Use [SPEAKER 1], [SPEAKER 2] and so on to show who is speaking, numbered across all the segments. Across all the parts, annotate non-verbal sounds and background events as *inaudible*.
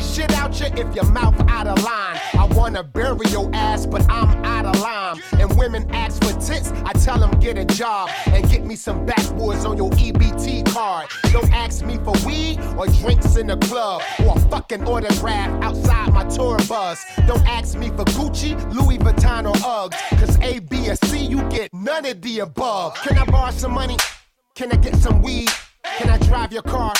[SPEAKER 1] shit out you if your mouth out of line. I wanna bury your ass, but I'm out of line. And women ask for tits, I tell them get a job and get me some backwoods on your EBT card. Don't ask me for weed or drinks in the club or a fucking autograph outside my tour bus. Don't ask me for Gucci, Louis Vuitton, or Uggs. Cause A, B, or C, you get none of the above. Can I borrow some money? Can I get some weed? Can I drive your car?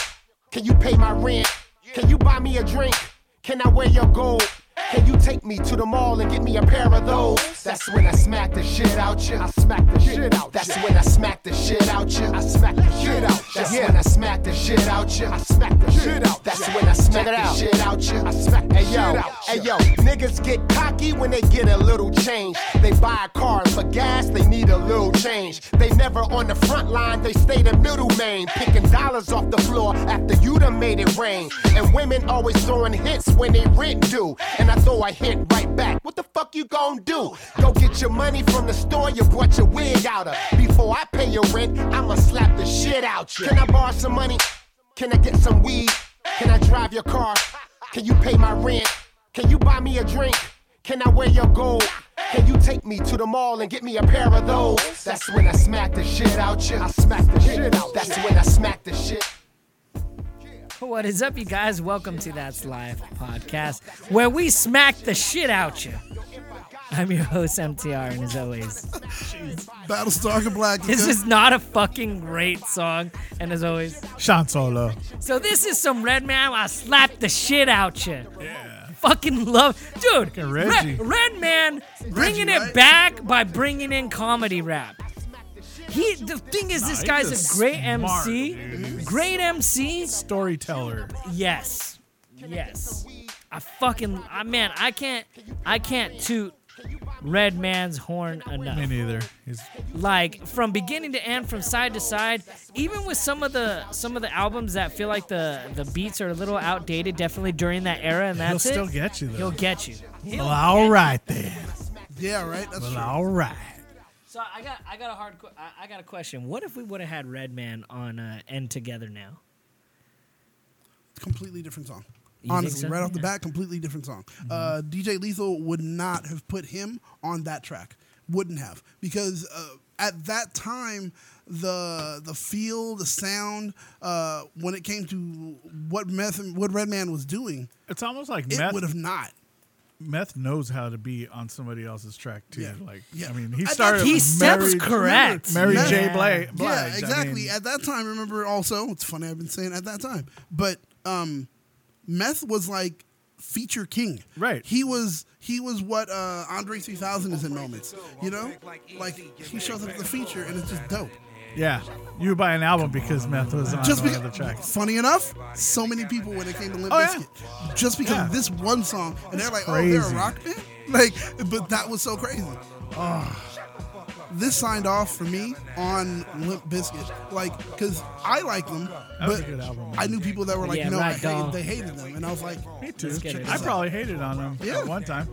[SPEAKER 1] Can you pay my rent? Can you buy me a drink? Can I wear your gold? Can you take me to the mall and get me a pair of those? That's when I smack the shit out you. I smack the shit out. That's when I smack the shit out you. I smack the shit out. That's when I smack the shit out you. I smack the shit out. That's when I smack the shit out you. I smack the shit out. Hey yo, niggas get cocky when they get a little change. They buy a car and for gas, they need a little change. They never on the front line, they stay the middle main, picking dollars off the floor after you done made it rain. And women always throwing hits when they rent due. And I throw a hit right back. What the fuck you gon' do? Go get your money from the store you bought your wig out of. Before I pay your rent, I'ma slap the shit out you. Can I borrow some money? Can I get some weed? Can I drive your car? Can you pay my rent? Can you buy me a drink? Can I wear your gold? Can you take me to the mall and get me a pair of those? That's when I smack the shit out you. I smack the shit out. That's when I smack the shit.
[SPEAKER 2] What is up, you guys? Welcome to That's Live podcast, where we smack the shit out you. I'm your host MTR, and as always,
[SPEAKER 3] Battlestar Galactica.
[SPEAKER 2] this is not a fucking great song. And as always,
[SPEAKER 4] Sean Solo.
[SPEAKER 2] so this is some Red Man. I slap the shit out you. Fucking love, dude.
[SPEAKER 4] Reggie.
[SPEAKER 2] Red, Red Man bringing it
[SPEAKER 3] right?
[SPEAKER 2] back by bringing in comedy rap. He, the thing is, this
[SPEAKER 4] Nah,
[SPEAKER 2] guy's
[SPEAKER 4] he's a
[SPEAKER 2] a great
[SPEAKER 4] smart
[SPEAKER 2] MC.
[SPEAKER 4] dude.
[SPEAKER 2] Great MC.
[SPEAKER 4] Storyteller.
[SPEAKER 2] Yes. Yes. I fucking I man, I can't I can't toot Red Man's horn
[SPEAKER 4] Me
[SPEAKER 2] enough.
[SPEAKER 4] neither. He's
[SPEAKER 2] Like from beginning to end, from side to side, even with some of the some of the albums that feel like the the beats are a little outdated, definitely during that era and
[SPEAKER 4] he'll
[SPEAKER 2] that's
[SPEAKER 4] still
[SPEAKER 2] it.
[SPEAKER 4] get you though.
[SPEAKER 2] He'll get you.
[SPEAKER 4] well, all right then.
[SPEAKER 3] yeah, right. That's
[SPEAKER 4] Well,
[SPEAKER 3] true.
[SPEAKER 4] all right.
[SPEAKER 2] So I got I got a hard que- I, I got a question. What if we would have had Red Man on uh, End Together now?
[SPEAKER 3] completely different song.
[SPEAKER 2] You
[SPEAKER 3] Honestly,
[SPEAKER 2] think so?
[SPEAKER 3] right off the
[SPEAKER 2] Yeah. Mm-hmm.
[SPEAKER 3] bat, completely different song. Uh, DJ Lethal would not have put him on that track. Wouldn't have because uh, at that time the the feel, the sound, uh, when it came to what meth, what Redman was doing,
[SPEAKER 4] It's almost like
[SPEAKER 3] it
[SPEAKER 4] meth.
[SPEAKER 3] would have not.
[SPEAKER 4] Meth knows how to be on somebody else's track too.
[SPEAKER 3] Yeah.
[SPEAKER 4] Like,
[SPEAKER 3] Yeah.
[SPEAKER 4] I mean, he
[SPEAKER 3] I thought
[SPEAKER 4] started.
[SPEAKER 2] He
[SPEAKER 4] with
[SPEAKER 2] steps
[SPEAKER 4] Mary-
[SPEAKER 2] correct.
[SPEAKER 4] Mary
[SPEAKER 3] Yeah.
[SPEAKER 4] J. Blige. Blige. I
[SPEAKER 3] Yeah, exactly.
[SPEAKER 4] mean,
[SPEAKER 3] at that time, remember also, it's funny I've been saying at that time, but um, Meth was like feature king.
[SPEAKER 4] Right.
[SPEAKER 3] He was he was what uh, Andre 3000 is in moments. You know, like he shows up as a feature and it's just dope.
[SPEAKER 4] yeah. You would buy an album because Meth was on
[SPEAKER 3] Just
[SPEAKER 4] one of the
[SPEAKER 3] because,
[SPEAKER 4] tracks.
[SPEAKER 3] funny enough, so many people when it came to Limp
[SPEAKER 4] Oh, yeah.
[SPEAKER 3] Bizkit, just because
[SPEAKER 4] Yeah.
[SPEAKER 3] of this one song, and they're like, oh,
[SPEAKER 4] crazy.
[SPEAKER 3] they're a rock band. *laughs* Like, but that was so crazy. this signed off for me on Limp Bizkit. Like, because I like them,
[SPEAKER 4] was
[SPEAKER 3] but
[SPEAKER 4] a good album.
[SPEAKER 3] I knew people that were like,
[SPEAKER 2] Yeah,
[SPEAKER 3] no, I
[SPEAKER 2] right, dog.
[SPEAKER 3] hated, they hated them. And I was like,
[SPEAKER 4] Me too.
[SPEAKER 2] get it
[SPEAKER 4] I
[SPEAKER 2] out.
[SPEAKER 4] probably hated on him
[SPEAKER 3] Yeah.
[SPEAKER 4] at one time,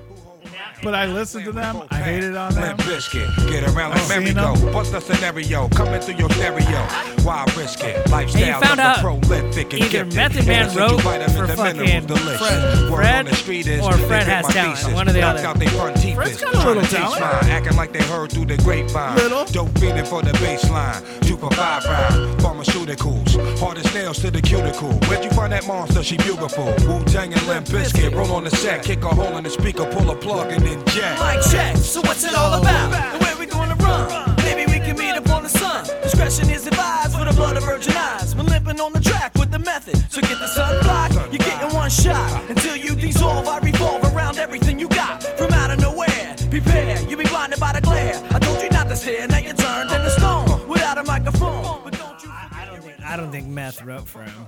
[SPEAKER 4] but I listened to them. I hated on them.
[SPEAKER 5] Limp biscuit, get around
[SPEAKER 4] I
[SPEAKER 5] like
[SPEAKER 4] seen
[SPEAKER 5] merry go. What's the scenario? Coming through your stereo. Why risk it? Lifestyle
[SPEAKER 2] found
[SPEAKER 5] of
[SPEAKER 2] out
[SPEAKER 5] the prolific and
[SPEAKER 2] either
[SPEAKER 5] gifted.
[SPEAKER 2] Method Man
[SPEAKER 5] Innocent you
[SPEAKER 2] wrote
[SPEAKER 5] vitamins
[SPEAKER 2] for
[SPEAKER 5] and
[SPEAKER 2] fucking
[SPEAKER 5] minerals delicious.
[SPEAKER 3] Fred-
[SPEAKER 5] Word
[SPEAKER 2] Fred
[SPEAKER 5] on the street is
[SPEAKER 2] or
[SPEAKER 5] they
[SPEAKER 2] Fred
[SPEAKER 5] fit
[SPEAKER 2] has
[SPEAKER 5] my
[SPEAKER 2] talent,
[SPEAKER 5] thesis.
[SPEAKER 2] one or the
[SPEAKER 5] Knocked
[SPEAKER 2] other.
[SPEAKER 5] out they front teeth.
[SPEAKER 2] Fred's got a
[SPEAKER 5] Trying
[SPEAKER 4] little
[SPEAKER 5] to teach
[SPEAKER 4] talent.
[SPEAKER 5] mine, Acting like they heard through the grapevine.
[SPEAKER 4] Little.
[SPEAKER 5] Dope feeling for the baseline. To provide rhyme. Pharmaceuticals. Hardest nails to the cuticle. Where'd you find that monster? She beautiful. Wu Tang and Limp Biscuit. Roll on the set. Kick a hole in the speaker. Pull a plug and then jack.
[SPEAKER 6] Mic check, so what's it all about? And where we gonna run? Maybe we can meet up on the sun. Discretion is advised for the blood of virgin eyes. We're limping on the track with the method. So get the sun block, you're getting one shot. Until you dissolve, I revolve around everything you got. From out of nowhere, prepare, you be blinded by the glare. I told you not to stare, now you're turned into stone. Without a microphone, but don't you
[SPEAKER 2] I don't think I don't think Meth wrote for him.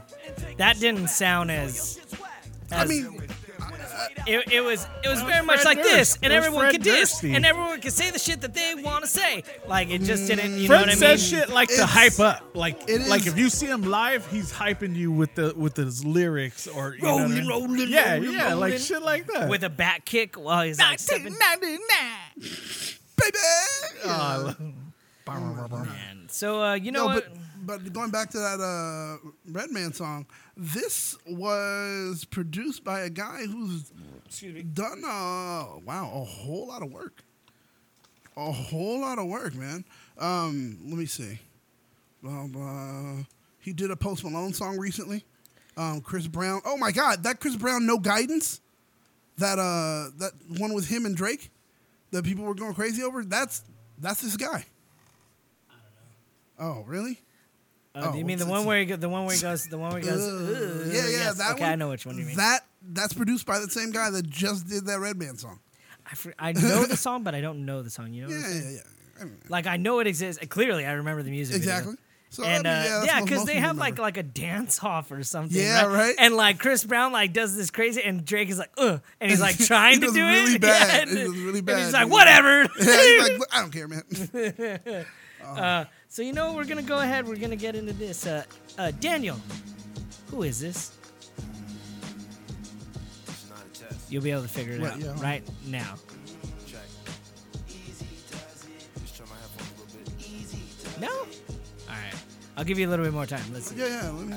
[SPEAKER 2] That didn't sound as
[SPEAKER 3] I mean,
[SPEAKER 2] It, it was it was very much
[SPEAKER 4] Fred
[SPEAKER 2] like this,
[SPEAKER 4] Durst.
[SPEAKER 2] and
[SPEAKER 4] It was
[SPEAKER 2] everyone
[SPEAKER 4] Fred
[SPEAKER 2] could diss,
[SPEAKER 4] Dursty.
[SPEAKER 2] and everyone could say the shit that they want to say. Like it just didn't, you know
[SPEAKER 4] Fred
[SPEAKER 2] what I mean?
[SPEAKER 4] says shit like to
[SPEAKER 3] It's-
[SPEAKER 4] hype up, like
[SPEAKER 3] it
[SPEAKER 4] like
[SPEAKER 3] is-
[SPEAKER 4] if you see him live, he's hyping you with the with his lyrics or you know what I mean?
[SPEAKER 6] Rolling, rolling,
[SPEAKER 4] yeah,
[SPEAKER 6] rolling,
[SPEAKER 4] yeah, like shit like that.
[SPEAKER 2] with a back kick while he's like stepping.
[SPEAKER 3] baby.
[SPEAKER 4] Oh, I love-
[SPEAKER 2] Man. So uh, you know
[SPEAKER 3] no,
[SPEAKER 2] what?
[SPEAKER 3] but but going back to that uh, Redman song, this was produced by a guy who's
[SPEAKER 2] Excuse me.
[SPEAKER 3] done uh wow a whole lot of work, a whole lot of work, man. Um, let me see. Um, uh, he did a Post Malone song recently. Um, Chris Brown. Oh my God, that Chris Brown No Guidance, that uh that one with him and Drake, that people were going crazy over. That's that's this guy. Oh really?
[SPEAKER 2] Uh,
[SPEAKER 3] Oh,
[SPEAKER 2] do you mean the
[SPEAKER 3] what's
[SPEAKER 2] one
[SPEAKER 3] it-
[SPEAKER 2] where he go, the one where he goes the one where he goes?
[SPEAKER 3] Ugh.
[SPEAKER 2] "Ugh,"
[SPEAKER 3] yeah, yeah,
[SPEAKER 2] yes.
[SPEAKER 3] that
[SPEAKER 2] okay,
[SPEAKER 3] one.
[SPEAKER 2] I know which one you mean.
[SPEAKER 3] That that's produced by the same guy that just did that Red Band song.
[SPEAKER 2] I, fr- I know the song, but I don't know the song. You know, what
[SPEAKER 3] Yeah,
[SPEAKER 2] I'm
[SPEAKER 3] yeah,
[SPEAKER 2] saying?
[SPEAKER 3] yeah. I mean,
[SPEAKER 2] like I know it exists. Clearly, I remember the music. video.
[SPEAKER 3] exactly. So
[SPEAKER 2] and
[SPEAKER 3] I mean,
[SPEAKER 2] uh,
[SPEAKER 3] yeah, that's
[SPEAKER 2] yeah,
[SPEAKER 3] what
[SPEAKER 2] because
[SPEAKER 3] most
[SPEAKER 2] they
[SPEAKER 3] people
[SPEAKER 2] have like
[SPEAKER 3] remember.
[SPEAKER 2] like a dance off or something.
[SPEAKER 3] Yeah, right?
[SPEAKER 2] And like Chris Brown like does this crazy, and Drake is like, ugh, and he's like trying
[SPEAKER 3] *laughs*
[SPEAKER 2] to
[SPEAKER 3] He does
[SPEAKER 2] do *laughs*
[SPEAKER 3] really
[SPEAKER 2] it.
[SPEAKER 3] bad.
[SPEAKER 2] and,
[SPEAKER 3] He does really
[SPEAKER 2] and
[SPEAKER 3] bad.
[SPEAKER 2] he's like,
[SPEAKER 3] He-
[SPEAKER 2] whatever.
[SPEAKER 3] *laughs* Yeah, he's like, "Look, I don't care,
[SPEAKER 2] *laughs*
[SPEAKER 3] man.
[SPEAKER 2] so you know what? we're gonna go ahead. We're gonna get into this. Uh, uh, Daniel, who is this? You'll be able to figure it
[SPEAKER 3] Right,
[SPEAKER 2] out
[SPEAKER 3] yeah, right.
[SPEAKER 2] right now. No. All right. I'll give you a little bit more time. Listen.
[SPEAKER 3] yeah, yeah. Let me,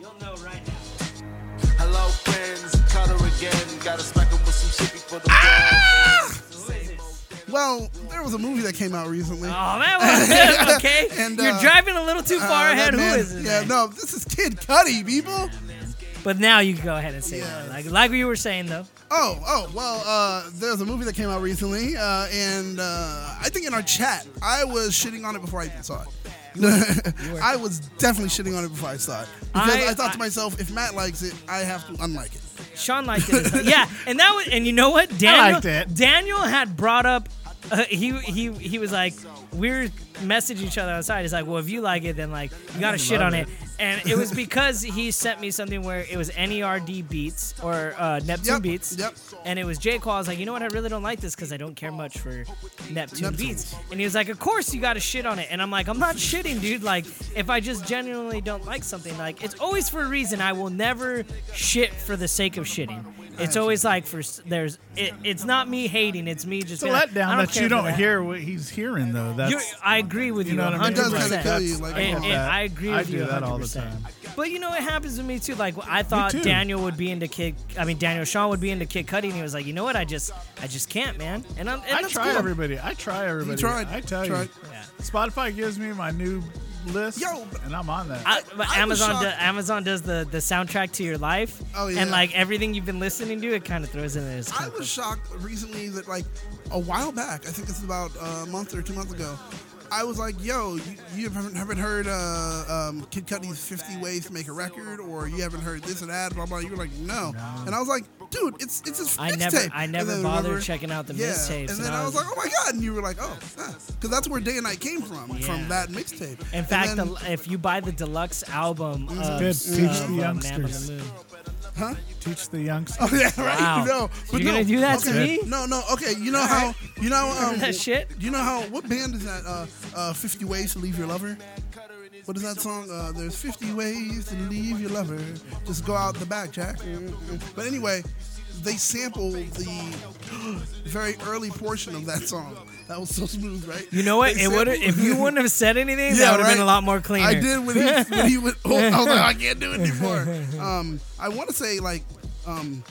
[SPEAKER 2] You'll know right now.
[SPEAKER 7] Hello, friends. Cut her again. Gotta smack him with some shit before the
[SPEAKER 2] Who is this?
[SPEAKER 3] well, there was a movie that came out recently.
[SPEAKER 2] Oh, that
[SPEAKER 3] *laughs*
[SPEAKER 2] was okay.
[SPEAKER 3] And,
[SPEAKER 2] You're
[SPEAKER 3] uh,
[SPEAKER 2] driving a little too
[SPEAKER 3] Uh,
[SPEAKER 2] far ahead.
[SPEAKER 3] that
[SPEAKER 2] Who
[SPEAKER 3] man-
[SPEAKER 2] is it?
[SPEAKER 3] Yeah, no, this is Kid Cudi, people.
[SPEAKER 2] But now you can go ahead and say that.
[SPEAKER 3] Yeah.
[SPEAKER 2] Like, like we were saying though.
[SPEAKER 3] Oh, oh, well, uh, there's a movie that came out recently, uh, and uh, I think in our chat, I was shitting on it before I even saw *laughs* it. I was definitely shitting on it before I saw it. Because
[SPEAKER 2] I-
[SPEAKER 3] I, thought
[SPEAKER 2] I-
[SPEAKER 3] to myself, if Matt likes it, I have to unlike it.
[SPEAKER 2] Sean liked it. as- yeah, and that was, and you know what? Daniel,
[SPEAKER 4] liked it.
[SPEAKER 2] Daniel had brought up. Uh, he he he was like, we're messaging each other outside. He's like, well, if you like it, then like you gotta shit on it. And it was because he sent me something where it was NERD beats or uh, Neptune
[SPEAKER 3] Yep,
[SPEAKER 2] beats.
[SPEAKER 3] yep.
[SPEAKER 2] And it was J. Cole. I was like, you know what? I really don't like this because I don't care much for Neptune
[SPEAKER 3] Neptune.
[SPEAKER 2] beats. And he was like, of course you gotta shit on it. And I'm like, I'm not shitting, dude. Like, if I just genuinely don't like something, like it's always for a reason. I will never shit for the sake of shitting. It's always like for s- there's it, it's not me hating. It's me just
[SPEAKER 4] It's a
[SPEAKER 2] being like, I
[SPEAKER 4] letdown
[SPEAKER 2] don't
[SPEAKER 4] that
[SPEAKER 2] care
[SPEAKER 4] you
[SPEAKER 2] for
[SPEAKER 4] don't
[SPEAKER 2] that.
[SPEAKER 4] hear what he's hearing, though. That's
[SPEAKER 2] You're, I agree with you,
[SPEAKER 4] You know what I mean? It
[SPEAKER 2] 100%.
[SPEAKER 4] does
[SPEAKER 3] kinda kill you, like,
[SPEAKER 2] And-
[SPEAKER 3] come on.
[SPEAKER 2] and I agree
[SPEAKER 4] I
[SPEAKER 2] with
[SPEAKER 4] do
[SPEAKER 2] you 100%.
[SPEAKER 4] that all the time.
[SPEAKER 2] But you know, it happens to me too. Like I thought
[SPEAKER 4] too.
[SPEAKER 2] Daniel would be into Kid. I mean, Daniel Sean would be into Kid Cudi, and he was like, you know what? I just, I just can't, man. And I'm, and
[SPEAKER 4] I
[SPEAKER 2] that's
[SPEAKER 4] try
[SPEAKER 2] cool.
[SPEAKER 4] everybody. I try everybody.
[SPEAKER 3] tried.
[SPEAKER 4] I tell
[SPEAKER 3] Tried.
[SPEAKER 4] you.
[SPEAKER 2] Yeah.
[SPEAKER 4] Spotify gives me my new list,
[SPEAKER 3] Yo, but-
[SPEAKER 4] and I'm on that.
[SPEAKER 2] I, but
[SPEAKER 3] I was
[SPEAKER 2] Amazon,
[SPEAKER 3] shocked.
[SPEAKER 2] do, Amazon does the, the soundtrack to your life,
[SPEAKER 3] Oh,
[SPEAKER 2] and
[SPEAKER 3] yeah.
[SPEAKER 2] like everything you've been listening to, it kind of throws in there.
[SPEAKER 3] I was shocked recently that like a while back, I think this is about a month or two months ago. I was like, "Yo, you, you haven't, haven't heard uh, um, Kid Cudi's 50 Ways to Make a Record, or you haven't heard this or that, blah blah." You were like, "No," and I was like, "Dude, it's it's his
[SPEAKER 2] I
[SPEAKER 3] mixtape."
[SPEAKER 2] never- I
[SPEAKER 3] And
[SPEAKER 2] never
[SPEAKER 3] then
[SPEAKER 2] bothered
[SPEAKER 3] remember-
[SPEAKER 2] checking out the
[SPEAKER 3] yeah.
[SPEAKER 2] mixtapes,
[SPEAKER 3] And
[SPEAKER 2] and
[SPEAKER 3] then
[SPEAKER 2] I
[SPEAKER 3] I was
[SPEAKER 2] was-
[SPEAKER 3] like, "Oh my god!" And you were like, "Oh," because that's where Day and Night came from,
[SPEAKER 2] Yeah.
[SPEAKER 3] from that mixtape.
[SPEAKER 2] In
[SPEAKER 3] And
[SPEAKER 2] fact,
[SPEAKER 3] then-
[SPEAKER 2] the, if you buy the deluxe album, of,
[SPEAKER 4] Good.
[SPEAKER 2] of,
[SPEAKER 4] Teach the
[SPEAKER 2] uh, Man on the
[SPEAKER 4] youngsters.
[SPEAKER 2] Moon,
[SPEAKER 4] Teach the youngsters.
[SPEAKER 3] *laughs* Oh yeah, right.
[SPEAKER 2] Wow.
[SPEAKER 3] No, but
[SPEAKER 2] You're
[SPEAKER 3] no,
[SPEAKER 2] gonna do that to
[SPEAKER 3] okay.
[SPEAKER 2] me?
[SPEAKER 3] No, no. Okay, you know how you know
[SPEAKER 2] *laughs*
[SPEAKER 3] um,
[SPEAKER 2] that shit?
[SPEAKER 3] You know how what band is that? Uh, uh, Fifty Ways to Leave Your Lover. What is that song? Uh, there's 50 ways to leave your lover. Just go out the back, Jack. But anyway, they sample the *gasps* very early portion of that song. That was so smooth, right?
[SPEAKER 2] You know what?
[SPEAKER 3] They
[SPEAKER 2] It would
[SPEAKER 3] sampled-
[SPEAKER 2] if you wouldn't have said anything, that
[SPEAKER 3] Yeah,
[SPEAKER 2] would have been
[SPEAKER 3] right?
[SPEAKER 2] a lot more cleaner.
[SPEAKER 3] I did when he, when he would. Oh, I was like, I can't do
[SPEAKER 2] *laughs*
[SPEAKER 3] it anymore. Um, I want to say like, um,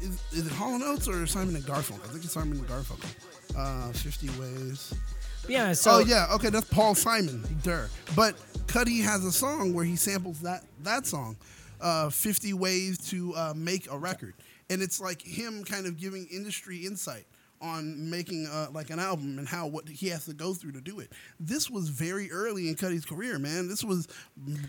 [SPEAKER 3] is, is it Hall and Oates or Simon and Garfunkel? I think it's Simon and Garfunkel. Uh, Fifty Ways.
[SPEAKER 2] Yeah. So
[SPEAKER 3] oh yeah, okay, that's Paul Simon. Dur. But Cuddy has a song where he samples that that song, uh, Fifty Ways to uh, Make a Record, and it's like him kind of giving industry insight. On making uh, like an album and how what he has to go through to do it. This was very early in Cuddy's career, man. This was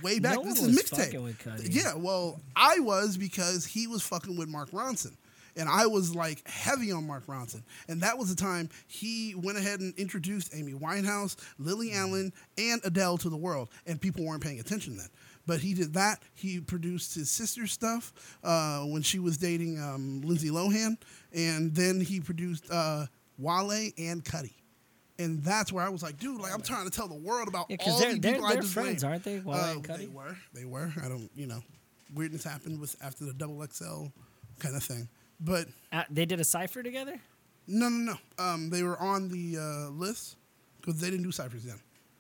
[SPEAKER 3] way back.
[SPEAKER 2] No one
[SPEAKER 3] this
[SPEAKER 2] was
[SPEAKER 3] is
[SPEAKER 2] fucking with Cudi.
[SPEAKER 3] mixtape. Yeah, well, I was because he was fucking with Mark Ronson. And I was like heavy on Mark Ronson. And that was the time he went ahead and introduced Amy Winehouse, Lily
[SPEAKER 2] Mm-hmm.
[SPEAKER 3] Allen, and Adele to the world. And people weren't paying attention then. But he did that. He produced his sister's stuff uh, when she was dating um, Lindsay Lohan. And then he produced uh, Wale and Cuddy. And that's where I was like, dude, like I'm trying to tell the world about
[SPEAKER 2] Yeah, 'cause
[SPEAKER 3] all
[SPEAKER 2] they're-
[SPEAKER 3] the people
[SPEAKER 2] they're-
[SPEAKER 3] I
[SPEAKER 2] they're
[SPEAKER 3] just
[SPEAKER 2] friends,
[SPEAKER 3] named. Uh,
[SPEAKER 2] aren't they, Wale and
[SPEAKER 3] they
[SPEAKER 2] Cudi?
[SPEAKER 3] were. They were. I don't, you know, weirdness happened with after the double XL kind of thing. But
[SPEAKER 2] uh, they did a cipher together.
[SPEAKER 3] no, no, no. Um, they were on the uh, list because they didn't do ciphers then.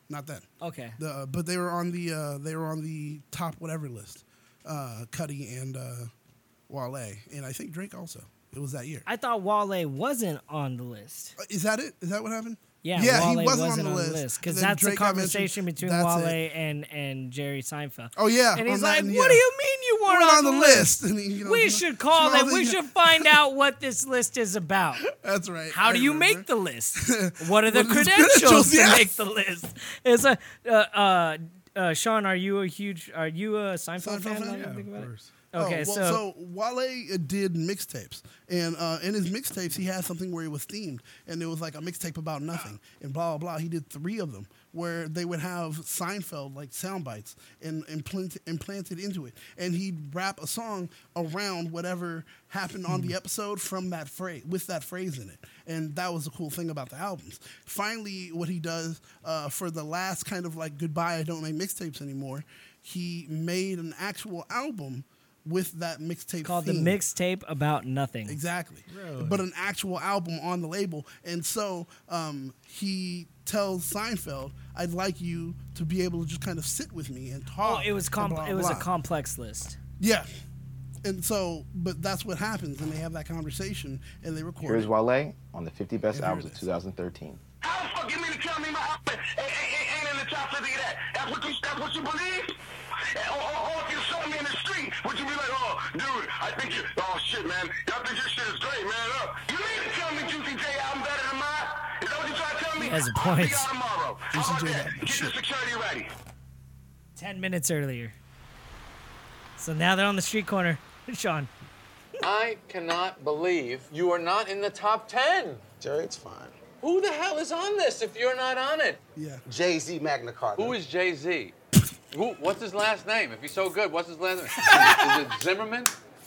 [SPEAKER 3] not then.
[SPEAKER 2] Okay.
[SPEAKER 3] The, but they were on the uh, they were on the top whatever list. Uh, Cuddy and uh, Wale, and I think Drake also. It was that year.
[SPEAKER 2] I thought Wale wasn't on the list.
[SPEAKER 3] Uh, Is that it? Is that what happened?
[SPEAKER 2] Yeah, Wale because
[SPEAKER 3] And then
[SPEAKER 2] that's the
[SPEAKER 3] Drake got mentioned.
[SPEAKER 2] conversation between
[SPEAKER 3] That's
[SPEAKER 2] Wale
[SPEAKER 3] it.
[SPEAKER 2] and and Jerry Seinfeld.
[SPEAKER 3] Oh, yeah,
[SPEAKER 2] and he's
[SPEAKER 3] on that
[SPEAKER 2] like,
[SPEAKER 3] and
[SPEAKER 2] "What do
[SPEAKER 3] yeah.
[SPEAKER 2] you mean you weren't,
[SPEAKER 3] Weren't on the list." *laughs* And he, you know,
[SPEAKER 2] we
[SPEAKER 3] you
[SPEAKER 2] should
[SPEAKER 3] know,
[SPEAKER 2] call
[SPEAKER 3] you
[SPEAKER 2] it.
[SPEAKER 3] know,
[SPEAKER 2] We
[SPEAKER 3] you know.
[SPEAKER 2] should find
[SPEAKER 3] *laughs*
[SPEAKER 2] out what this list is about.
[SPEAKER 3] That's right.
[SPEAKER 2] How
[SPEAKER 3] I
[SPEAKER 2] do you
[SPEAKER 3] remember.
[SPEAKER 2] make the list?
[SPEAKER 3] *laughs*
[SPEAKER 2] What are the
[SPEAKER 3] What are the
[SPEAKER 2] credentials,
[SPEAKER 3] credentials?
[SPEAKER 2] to
[SPEAKER 3] Yeah.
[SPEAKER 2] make the list? It's a uh, uh, uh, Sean. Are you a huge? Are you a Seinfeld,
[SPEAKER 3] Seinfeld
[SPEAKER 2] fan?
[SPEAKER 3] fan?
[SPEAKER 2] now that
[SPEAKER 3] Yeah,
[SPEAKER 2] I
[SPEAKER 4] of
[SPEAKER 2] think about it?
[SPEAKER 4] course.
[SPEAKER 2] Okay,
[SPEAKER 3] oh, well,
[SPEAKER 2] so,
[SPEAKER 3] so, Wale uh, did mixtapes, and uh, in his mixtapes he had something where it was themed, and it was like a mixtape about nothing, and blah blah. blah. He did three of them where they would have Seinfeld like sound bites and implant, implanted into it, and he'd rap a song around whatever happened on
[SPEAKER 2] Hmm.
[SPEAKER 3] the episode from that phrase with that phrase in it, and that was the cool thing about the albums. Finally, what he does uh, for the last kind of like goodbye, I don't make mixtapes anymore. He made an actual album with that mixtape
[SPEAKER 2] called the
[SPEAKER 3] theme.
[SPEAKER 2] mixtape about nothing.
[SPEAKER 3] Exactly. But an actual album on the label. And so um, he tells Seinfeld, I'd like you to be able to just kind of sit with me and
[SPEAKER 2] Oh,
[SPEAKER 3] talk.
[SPEAKER 2] it was
[SPEAKER 3] and
[SPEAKER 2] com-
[SPEAKER 3] blah,
[SPEAKER 2] it was a
[SPEAKER 3] blah.
[SPEAKER 2] complex
[SPEAKER 3] *laughs*
[SPEAKER 2] list.
[SPEAKER 3] Yeah. And so, but that's what happens. And they have that conversation and they record.
[SPEAKER 8] Here's
[SPEAKER 3] it.
[SPEAKER 8] Wale on the 50 best
[SPEAKER 3] And here
[SPEAKER 8] albums
[SPEAKER 3] it
[SPEAKER 8] of
[SPEAKER 3] is.
[SPEAKER 8] 2013.
[SPEAKER 7] How the fuck you mean to tell me my outfit ain't, ain't, ain't in the top 50 of that? That's what you, that's what you believe? Eh, Or, or, or if you saw me in the street, would you be like, oh, dude, I think you, oh shit, man, y'all think your shit is great, man. Uh, you mean to tell me Juicy J album better than mine? Is that what you're trying to tell me?
[SPEAKER 2] He has a
[SPEAKER 7] I'll
[SPEAKER 2] point.
[SPEAKER 7] be out tomorrow.
[SPEAKER 3] Juicy
[SPEAKER 7] How about
[SPEAKER 3] J
[SPEAKER 7] that?
[SPEAKER 3] album,
[SPEAKER 7] Get
[SPEAKER 3] shit.
[SPEAKER 7] your security ready.
[SPEAKER 2] Ten minutes earlier. So now they're on the street corner. *laughs* Sean,
[SPEAKER 9] I cannot believe you are not in the top 10.
[SPEAKER 10] Jerry, it's fine.
[SPEAKER 9] Who the hell is on this if you're not on it?
[SPEAKER 3] Yeah.
[SPEAKER 10] Jay Z Magna Carta.
[SPEAKER 9] Who is Jay Z? Who? What's his last name? If he's so good, what's his last name? Is it, is it Zimmerman?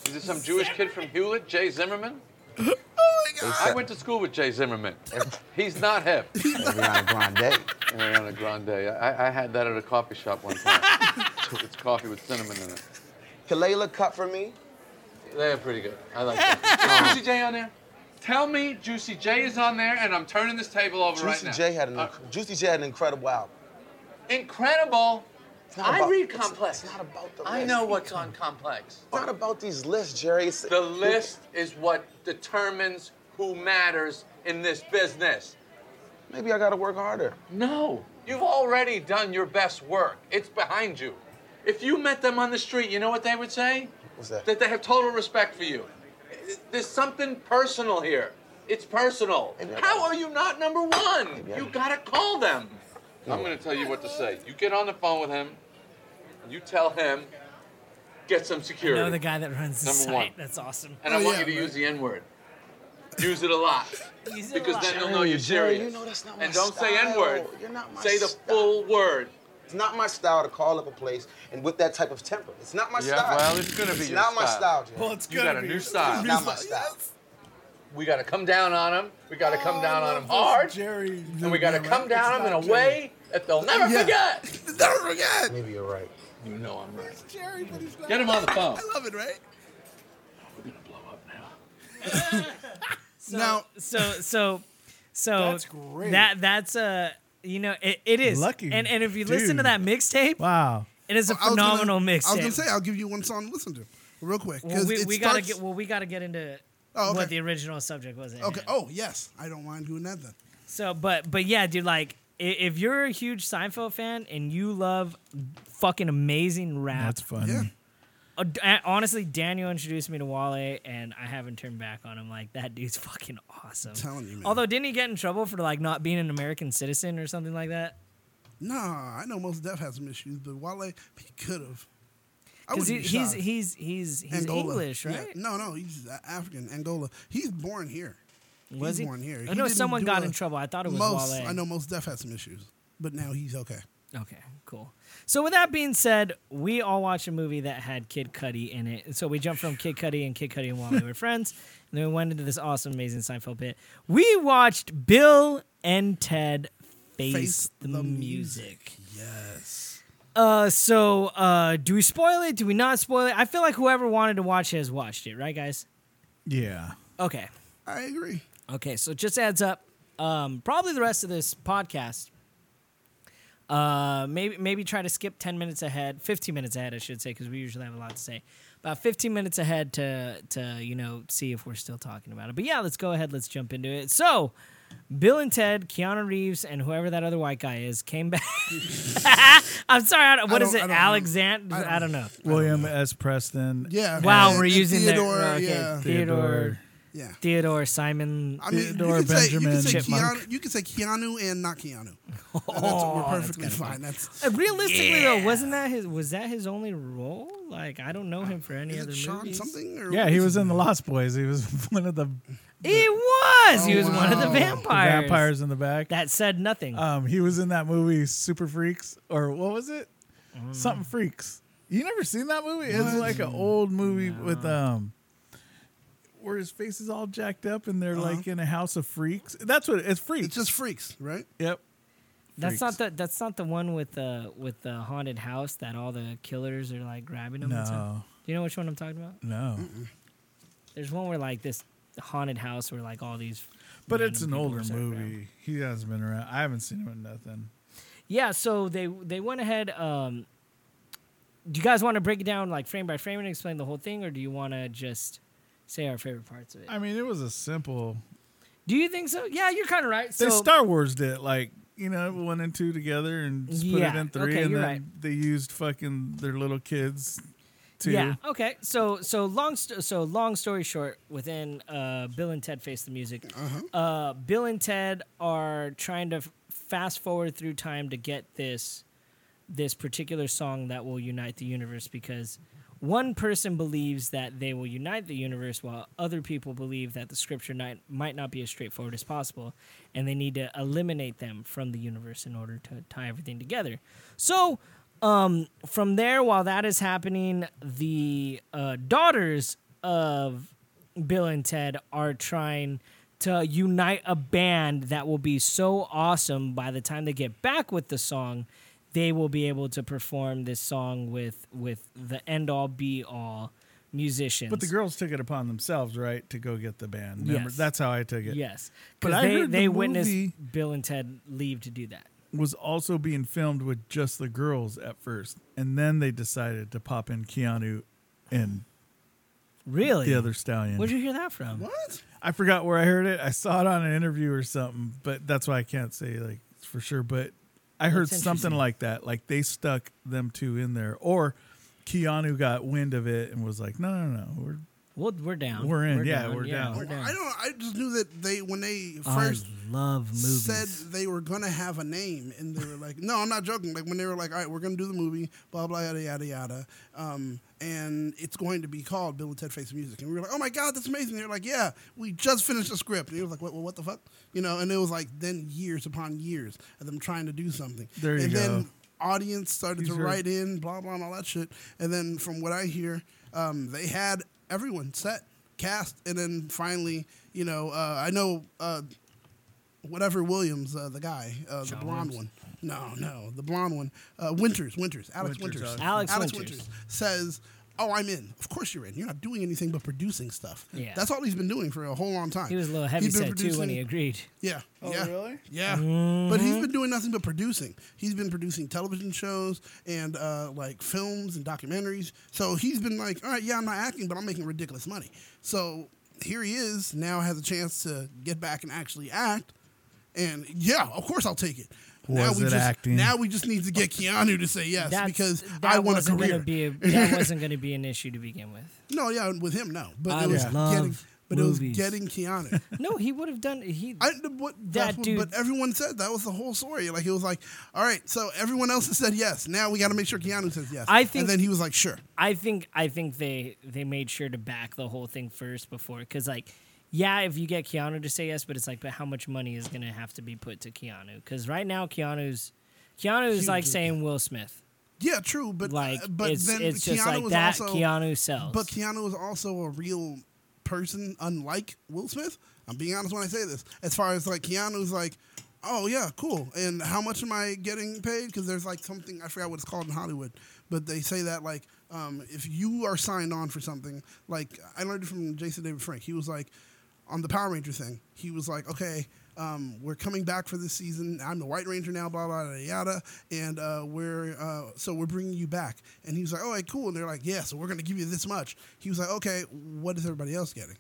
[SPEAKER 9] Is it some Jewish kid from Hewlett? Jay Zimmerman? I went to school with Jay Zimmerman. He's not hip.
[SPEAKER 10] Ariana Grande.
[SPEAKER 9] Ariana Grande. I, I had that at a coffee shop one
[SPEAKER 10] *laughs*
[SPEAKER 9] time. it's coffee with cinnamon in it.
[SPEAKER 10] Kalela cut for me.
[SPEAKER 9] They're pretty good. I
[SPEAKER 10] *laughs*
[SPEAKER 9] like that. Is Juicy J on there? Tell me Juicy J is on there, and I'm turning this table over *laughs* right
[SPEAKER 10] Juicy
[SPEAKER 9] now.
[SPEAKER 10] J had an
[SPEAKER 9] Uh,
[SPEAKER 10] Juicy J had an incredible album.
[SPEAKER 9] incredible.
[SPEAKER 10] It's not
[SPEAKER 9] I
[SPEAKER 10] about-
[SPEAKER 9] read
[SPEAKER 10] it's-
[SPEAKER 9] Complex.
[SPEAKER 10] It's not about the list.
[SPEAKER 9] I know what's on Complex.
[SPEAKER 10] It's not about these lists, Jerry. It's,
[SPEAKER 9] The list is what determines who matters in this business.
[SPEAKER 10] Maybe I gotta work harder.
[SPEAKER 9] No, you've already done your best work. It's behind you. If you met them on the street, you know what they would say?
[SPEAKER 10] What's that?
[SPEAKER 9] That they have total respect for you. There's something personal here. It's personal.
[SPEAKER 10] Maybe I-
[SPEAKER 9] How are you not number one?
[SPEAKER 10] I-
[SPEAKER 9] You gotta call them. I'm gonna tell you what to say. You get on the phone with him, you tell him, get some
[SPEAKER 2] you
[SPEAKER 9] security.
[SPEAKER 2] know the guy that runs the
[SPEAKER 9] Number
[SPEAKER 2] site.
[SPEAKER 9] one.
[SPEAKER 2] That's
[SPEAKER 3] *laughs*
[SPEAKER 2] awesome.
[SPEAKER 9] And I
[SPEAKER 3] Oh,
[SPEAKER 9] want
[SPEAKER 3] yeah,
[SPEAKER 9] you to
[SPEAKER 3] man.
[SPEAKER 9] use the N word. Use it
[SPEAKER 2] *laughs*
[SPEAKER 9] a lot.
[SPEAKER 2] He's in a
[SPEAKER 9] because
[SPEAKER 2] lot.
[SPEAKER 9] then they'll know you're
[SPEAKER 10] Jerry,
[SPEAKER 9] serious.
[SPEAKER 10] you know that's not my
[SPEAKER 9] and don't say
[SPEAKER 10] style.
[SPEAKER 9] N word.
[SPEAKER 10] You're not my
[SPEAKER 9] Say the
[SPEAKER 10] style.
[SPEAKER 9] full word.
[SPEAKER 10] It's not my style to call up a place and with that type of temper. It's not my
[SPEAKER 9] Yeah,
[SPEAKER 10] style.
[SPEAKER 9] well, it's gonna be
[SPEAKER 10] It's
[SPEAKER 9] your
[SPEAKER 10] not my
[SPEAKER 9] style.
[SPEAKER 10] style, Jerry.
[SPEAKER 3] Well, it's
[SPEAKER 9] You got a new style.
[SPEAKER 10] it's not my style.
[SPEAKER 9] We got to come down on them. We got to come down on them
[SPEAKER 4] Oh, I love
[SPEAKER 9] hard.
[SPEAKER 4] this Jerry.
[SPEAKER 9] And we got to
[SPEAKER 4] Yeah,
[SPEAKER 9] come
[SPEAKER 4] right?
[SPEAKER 9] down on
[SPEAKER 4] It's
[SPEAKER 9] them
[SPEAKER 4] not
[SPEAKER 9] in a way that they'll never
[SPEAKER 3] Yeah.
[SPEAKER 9] forget.
[SPEAKER 3] Never forget.
[SPEAKER 10] Maybe you're right.
[SPEAKER 9] You know I'm right.
[SPEAKER 3] Jerry, but he's
[SPEAKER 9] Get him on the phone.
[SPEAKER 3] I love it, right?
[SPEAKER 9] We're going to blow up now.
[SPEAKER 2] So,
[SPEAKER 3] *laughs* Now-
[SPEAKER 2] so
[SPEAKER 3] *laughs*
[SPEAKER 2] so so
[SPEAKER 4] That's great.
[SPEAKER 2] That that's a you know it, it is
[SPEAKER 4] Lucky
[SPEAKER 2] And and if you listen to
[SPEAKER 4] dude.
[SPEAKER 2] that mixtape,
[SPEAKER 4] Wow.
[SPEAKER 2] it is a
[SPEAKER 3] I was gonna-
[SPEAKER 2] phenomenal mixtape.
[SPEAKER 3] I was gonna say I'll give you one song to listen to, real quick.
[SPEAKER 2] well,
[SPEAKER 3] 'cause
[SPEAKER 2] we,
[SPEAKER 3] it
[SPEAKER 2] we gotta
[SPEAKER 3] starts-
[SPEAKER 2] get well, we gotta get into
[SPEAKER 3] Oh,
[SPEAKER 2] what
[SPEAKER 3] okay.
[SPEAKER 2] the original subject was. at
[SPEAKER 3] Okay.
[SPEAKER 2] hand.
[SPEAKER 3] Oh yes, I don't mind doing that then.
[SPEAKER 2] So, but but yeah, dude, like i- if you're a huge Seinfeld fan and you love fucking amazing rap,
[SPEAKER 4] That's funny.
[SPEAKER 3] Yeah.
[SPEAKER 2] Uh, d- uh, honestly, Daniel introduced me to Wale, and I haven't turned back on him. Like that dude's *laughs* fucking awesome.
[SPEAKER 3] telling you, man.
[SPEAKER 2] Although, didn't he get in trouble for like not being an American citizen or something like that?
[SPEAKER 3] Nah, I know most Def has some issues, but Wale he could have. I
[SPEAKER 2] Because he,
[SPEAKER 3] wouldn't be
[SPEAKER 2] he's
[SPEAKER 3] shocked.
[SPEAKER 2] he's he's he's English,
[SPEAKER 3] Yeah.
[SPEAKER 2] right?
[SPEAKER 3] No, no, he's uh, African, Angola. He's born here.
[SPEAKER 2] Was
[SPEAKER 3] he's
[SPEAKER 2] he?
[SPEAKER 3] born here.
[SPEAKER 2] I know
[SPEAKER 3] didn't
[SPEAKER 2] someone
[SPEAKER 3] do
[SPEAKER 2] got
[SPEAKER 3] a-
[SPEAKER 2] in trouble. I thought it was
[SPEAKER 3] most,
[SPEAKER 2] Wale.
[SPEAKER 3] I know most Def had some issues, but now he's okay.
[SPEAKER 2] Okay, cool. So with that being said, we all watched a movie that had Kid Cudi in it. So we jumped from Kid Cudi and Kid Cudi and Wally were friends, and then we went into this awesome, amazing Seinfeld bit. We watched Bill and Ted face,
[SPEAKER 3] Face
[SPEAKER 2] the,
[SPEAKER 3] the
[SPEAKER 2] music.
[SPEAKER 3] Yes.
[SPEAKER 2] Uh, so uh, do we spoil it? Do we not spoil it? I feel like whoever wanted to watch it has watched it, right, guys?
[SPEAKER 4] Yeah.
[SPEAKER 2] Okay.
[SPEAKER 3] I agree.
[SPEAKER 2] Okay, so just adds up. Um, probably the rest of this podcast, Uh, maybe maybe try to skip 10 minutes ahead, 15 minutes ahead, I should say, because we usually have a lot to say. About 15 minutes ahead to to you know see if we're still talking about it. But yeah, let's go ahead. Let's jump into it. So, Bill and Ted, Keanu Reeves, and whoever that other white guy is came back. *laughs* I'm sorry. I don't, what
[SPEAKER 3] I
[SPEAKER 2] is
[SPEAKER 3] don't- I
[SPEAKER 2] it?
[SPEAKER 3] don't-
[SPEAKER 2] Alexander? I don't know.
[SPEAKER 4] William S. Preston.
[SPEAKER 3] Yeah.
[SPEAKER 2] Wow,
[SPEAKER 3] and-
[SPEAKER 2] we're
[SPEAKER 3] and
[SPEAKER 2] using their-
[SPEAKER 3] Theodore.
[SPEAKER 2] okay,
[SPEAKER 3] yeah.
[SPEAKER 2] Theodore.
[SPEAKER 3] Yeah.
[SPEAKER 2] Theodore Simon.
[SPEAKER 3] I mean, you
[SPEAKER 4] Theodore
[SPEAKER 3] could, say, you, could say
[SPEAKER 2] Benjamin.
[SPEAKER 3] Keanu, you could say Keanu and not Keanu. That's- we're perfectly fine. That's
[SPEAKER 2] Uh, Realistically though, wasn't that his? Was that his only role? Like I don't know him for any
[SPEAKER 3] is
[SPEAKER 2] other
[SPEAKER 3] it Sean
[SPEAKER 2] movies.
[SPEAKER 3] something? Or
[SPEAKER 4] Yeah, he was in the Lost Boys. He was *laughs* one of the
[SPEAKER 2] He was. he
[SPEAKER 3] Oh,
[SPEAKER 2] was one of the
[SPEAKER 3] wow.
[SPEAKER 2] vampires.
[SPEAKER 4] vampires in the back.
[SPEAKER 2] That said nothing.
[SPEAKER 4] Um, he was in that movie Super Freaks, or what was it? Something Freaks. You never seen that movie? It's like an old movie with um, where his face is all jacked up and they're like in a house of freaks. That's what it's freaks.
[SPEAKER 3] Uh-huh. It's just freaks, right?
[SPEAKER 4] yep.
[SPEAKER 2] that's
[SPEAKER 4] freaks.
[SPEAKER 2] not the. That's not the one with the with the haunted house that all the killers are like grabbing them. and stuff.
[SPEAKER 4] No,
[SPEAKER 2] Do you know which one I'm talking about?
[SPEAKER 4] no.
[SPEAKER 2] There's one where like this haunted house where like all these.
[SPEAKER 4] But it's an
[SPEAKER 2] random people
[SPEAKER 4] older
[SPEAKER 2] are sitting around.
[SPEAKER 4] movie. He hasn't been around. I haven't seen him in nothing.
[SPEAKER 2] Yeah, so they they went ahead. Um, do you guys want to break it down like frame by frame and explain the whole thing, or do you want to just say our favorite parts of it?
[SPEAKER 4] I mean, it was a simple.
[SPEAKER 2] do you think so? Yeah, you're kind of right. So
[SPEAKER 4] they Star Wars did it, like you know one and two together and just put it
[SPEAKER 2] Yeah,
[SPEAKER 4] in three,
[SPEAKER 2] okay,
[SPEAKER 4] and
[SPEAKER 2] you're
[SPEAKER 4] then
[SPEAKER 2] right.
[SPEAKER 4] they used fucking their little kids. To
[SPEAKER 2] yeah, okay. So so long st- so long story short, within uh, Bill and Ted Face the Music,
[SPEAKER 4] Uh-huh.
[SPEAKER 2] uh Bill and Ted are trying to f- fast forward through time to get this this particular song that will unite the universe because one person believes that they will unite the universe while other people believe that the scripture night might not be as straightforward as possible and they need to eliminate them from the universe in order to tie everything together so um, from there while that is happening the uh, daughters of bill and ted are trying to unite a band that will be so awesome by the time they get back with the song they will be able to perform this song with with the end all be all musicians.
[SPEAKER 4] But the girls took it upon themselves, right, to go get the band. Remember,
[SPEAKER 2] Yes.
[SPEAKER 4] That's how I took it.
[SPEAKER 2] yes,
[SPEAKER 4] But
[SPEAKER 2] because
[SPEAKER 4] I
[SPEAKER 2] they
[SPEAKER 4] heard the
[SPEAKER 2] they witnessed
[SPEAKER 4] movie-
[SPEAKER 2] Bill and Ted leave to do that.
[SPEAKER 4] Was also being filmed with just the girls at first, and then they decided to pop in Keanu and
[SPEAKER 2] Really,
[SPEAKER 4] the other stallion.
[SPEAKER 2] Where'd you hear that from?
[SPEAKER 3] What?
[SPEAKER 4] I forgot where I heard it. I saw it on an interview or something, but that's why I can't say like for sure. But I heard
[SPEAKER 2] That's
[SPEAKER 4] something
[SPEAKER 2] interesting.
[SPEAKER 4] like that. Like they stuck them two in there, or Keanu got wind of it and was like, "No, no, no, we're
[SPEAKER 2] Well, we're down.
[SPEAKER 4] We're in. Yeah, we're down.
[SPEAKER 2] We're down.
[SPEAKER 3] I don't. I just knew that they when they
[SPEAKER 2] I
[SPEAKER 3] first
[SPEAKER 2] love movies.
[SPEAKER 3] said they were gonna have a name, and they were like, "No, I'm not joking." Like when they were like, "All right, we're gonna do the movie, blah blah yada yada yada," um, and it's going to be called Bill and Ted Face the Music, and we were like, "Oh my god, that's amazing!" They were like, "Yeah, we just finished the script," and he was like, "What? Well, what the fuck?" You know, and it was like then years upon years of them trying to do something,
[SPEAKER 4] There you
[SPEAKER 3] and
[SPEAKER 4] go.
[SPEAKER 3] then audience started
[SPEAKER 4] These
[SPEAKER 3] to
[SPEAKER 4] are-
[SPEAKER 3] write in, blah blah, and all that shit. And then from what I hear, um, they had everyone set, cast, and then finally, you know, uh, I know uh, whatever Williams, uh, the guy, uh, the blonde one. No, no, the blonde one. Uh, Winters, Winters, Alex Winters,
[SPEAKER 4] Winters,
[SPEAKER 2] Alex Winters.
[SPEAKER 3] Winters. says. Oh, I'm in. Of course you're in. You're not doing anything but producing stuff.
[SPEAKER 2] Yeah.
[SPEAKER 3] That's all he's been doing for a whole long time.
[SPEAKER 2] he was a little
[SPEAKER 3] He's
[SPEAKER 2] heavyset
[SPEAKER 3] been
[SPEAKER 2] too when
[SPEAKER 3] producing-
[SPEAKER 2] he agreed.
[SPEAKER 3] yeah.
[SPEAKER 4] Oh,
[SPEAKER 3] yeah.
[SPEAKER 4] really?
[SPEAKER 3] Yeah. But he's been doing nothing but producing. He's been producing television shows and uh, like films and documentaries. So he's been like, all right, yeah, I'm not acting, but I'm making ridiculous money. So here he is now has a chance to get back and actually act. And yeah, of course I'll take it. now
[SPEAKER 4] Was
[SPEAKER 3] we
[SPEAKER 4] it
[SPEAKER 3] just,
[SPEAKER 4] acting?
[SPEAKER 3] Now we just need to get Keanu to say yes
[SPEAKER 2] That's-
[SPEAKER 3] because
[SPEAKER 2] that
[SPEAKER 3] I want a
[SPEAKER 2] wasn't
[SPEAKER 3] career.
[SPEAKER 2] Gonna be a,
[SPEAKER 3] *laughs*
[SPEAKER 2] that wasn't going to be an issue to begin with.
[SPEAKER 3] no, yeah, with him, no. But
[SPEAKER 2] I
[SPEAKER 3] it was
[SPEAKER 2] love
[SPEAKER 3] getting, but it
[SPEAKER 2] movies.
[SPEAKER 3] was getting Keanu.
[SPEAKER 2] No, he would have done. He
[SPEAKER 3] I what that's what-
[SPEAKER 2] dude-
[SPEAKER 3] but everyone said that was the whole story. Like it was like, all right, so everyone else has said yes. Now we got to make sure Keanu says yes.
[SPEAKER 2] I think-
[SPEAKER 3] and then he was like, sure.
[SPEAKER 2] I think I think they they made sure to back the whole thing first before because like yeah if you get Keanu to say yes but it's like but how much money is gonna have to be put to Keanu because right now Keanu's Keanu is like
[SPEAKER 3] Huge.
[SPEAKER 2] saying Will Smith
[SPEAKER 3] Yeah, true, but
[SPEAKER 2] like
[SPEAKER 3] uh, but
[SPEAKER 2] it's
[SPEAKER 3] then
[SPEAKER 2] it's
[SPEAKER 3] Keanu
[SPEAKER 2] just like
[SPEAKER 3] was
[SPEAKER 2] that
[SPEAKER 3] also
[SPEAKER 2] Keanu sells
[SPEAKER 3] but Keanu is also a real person, unlike Will Smith. I'm being honest when I say this. As far as like Keanu's like, oh yeah, cool. And how much am I getting paid? Because there's like something I forgot what it's called in Hollywood, but they say that like um, if you are signed on for something, like I learned it from Jason David Frank. He was like on the Power Ranger thing. He was like, okay. Um, we're coming back for this season. I'm the White Ranger now, blah, blah, blah, yada. And uh, we're, uh, so we're bringing you back. And he was like, all right, cool. And they're like, yeah, so we're going to give you this much. He was like, okay, what is everybody else getting?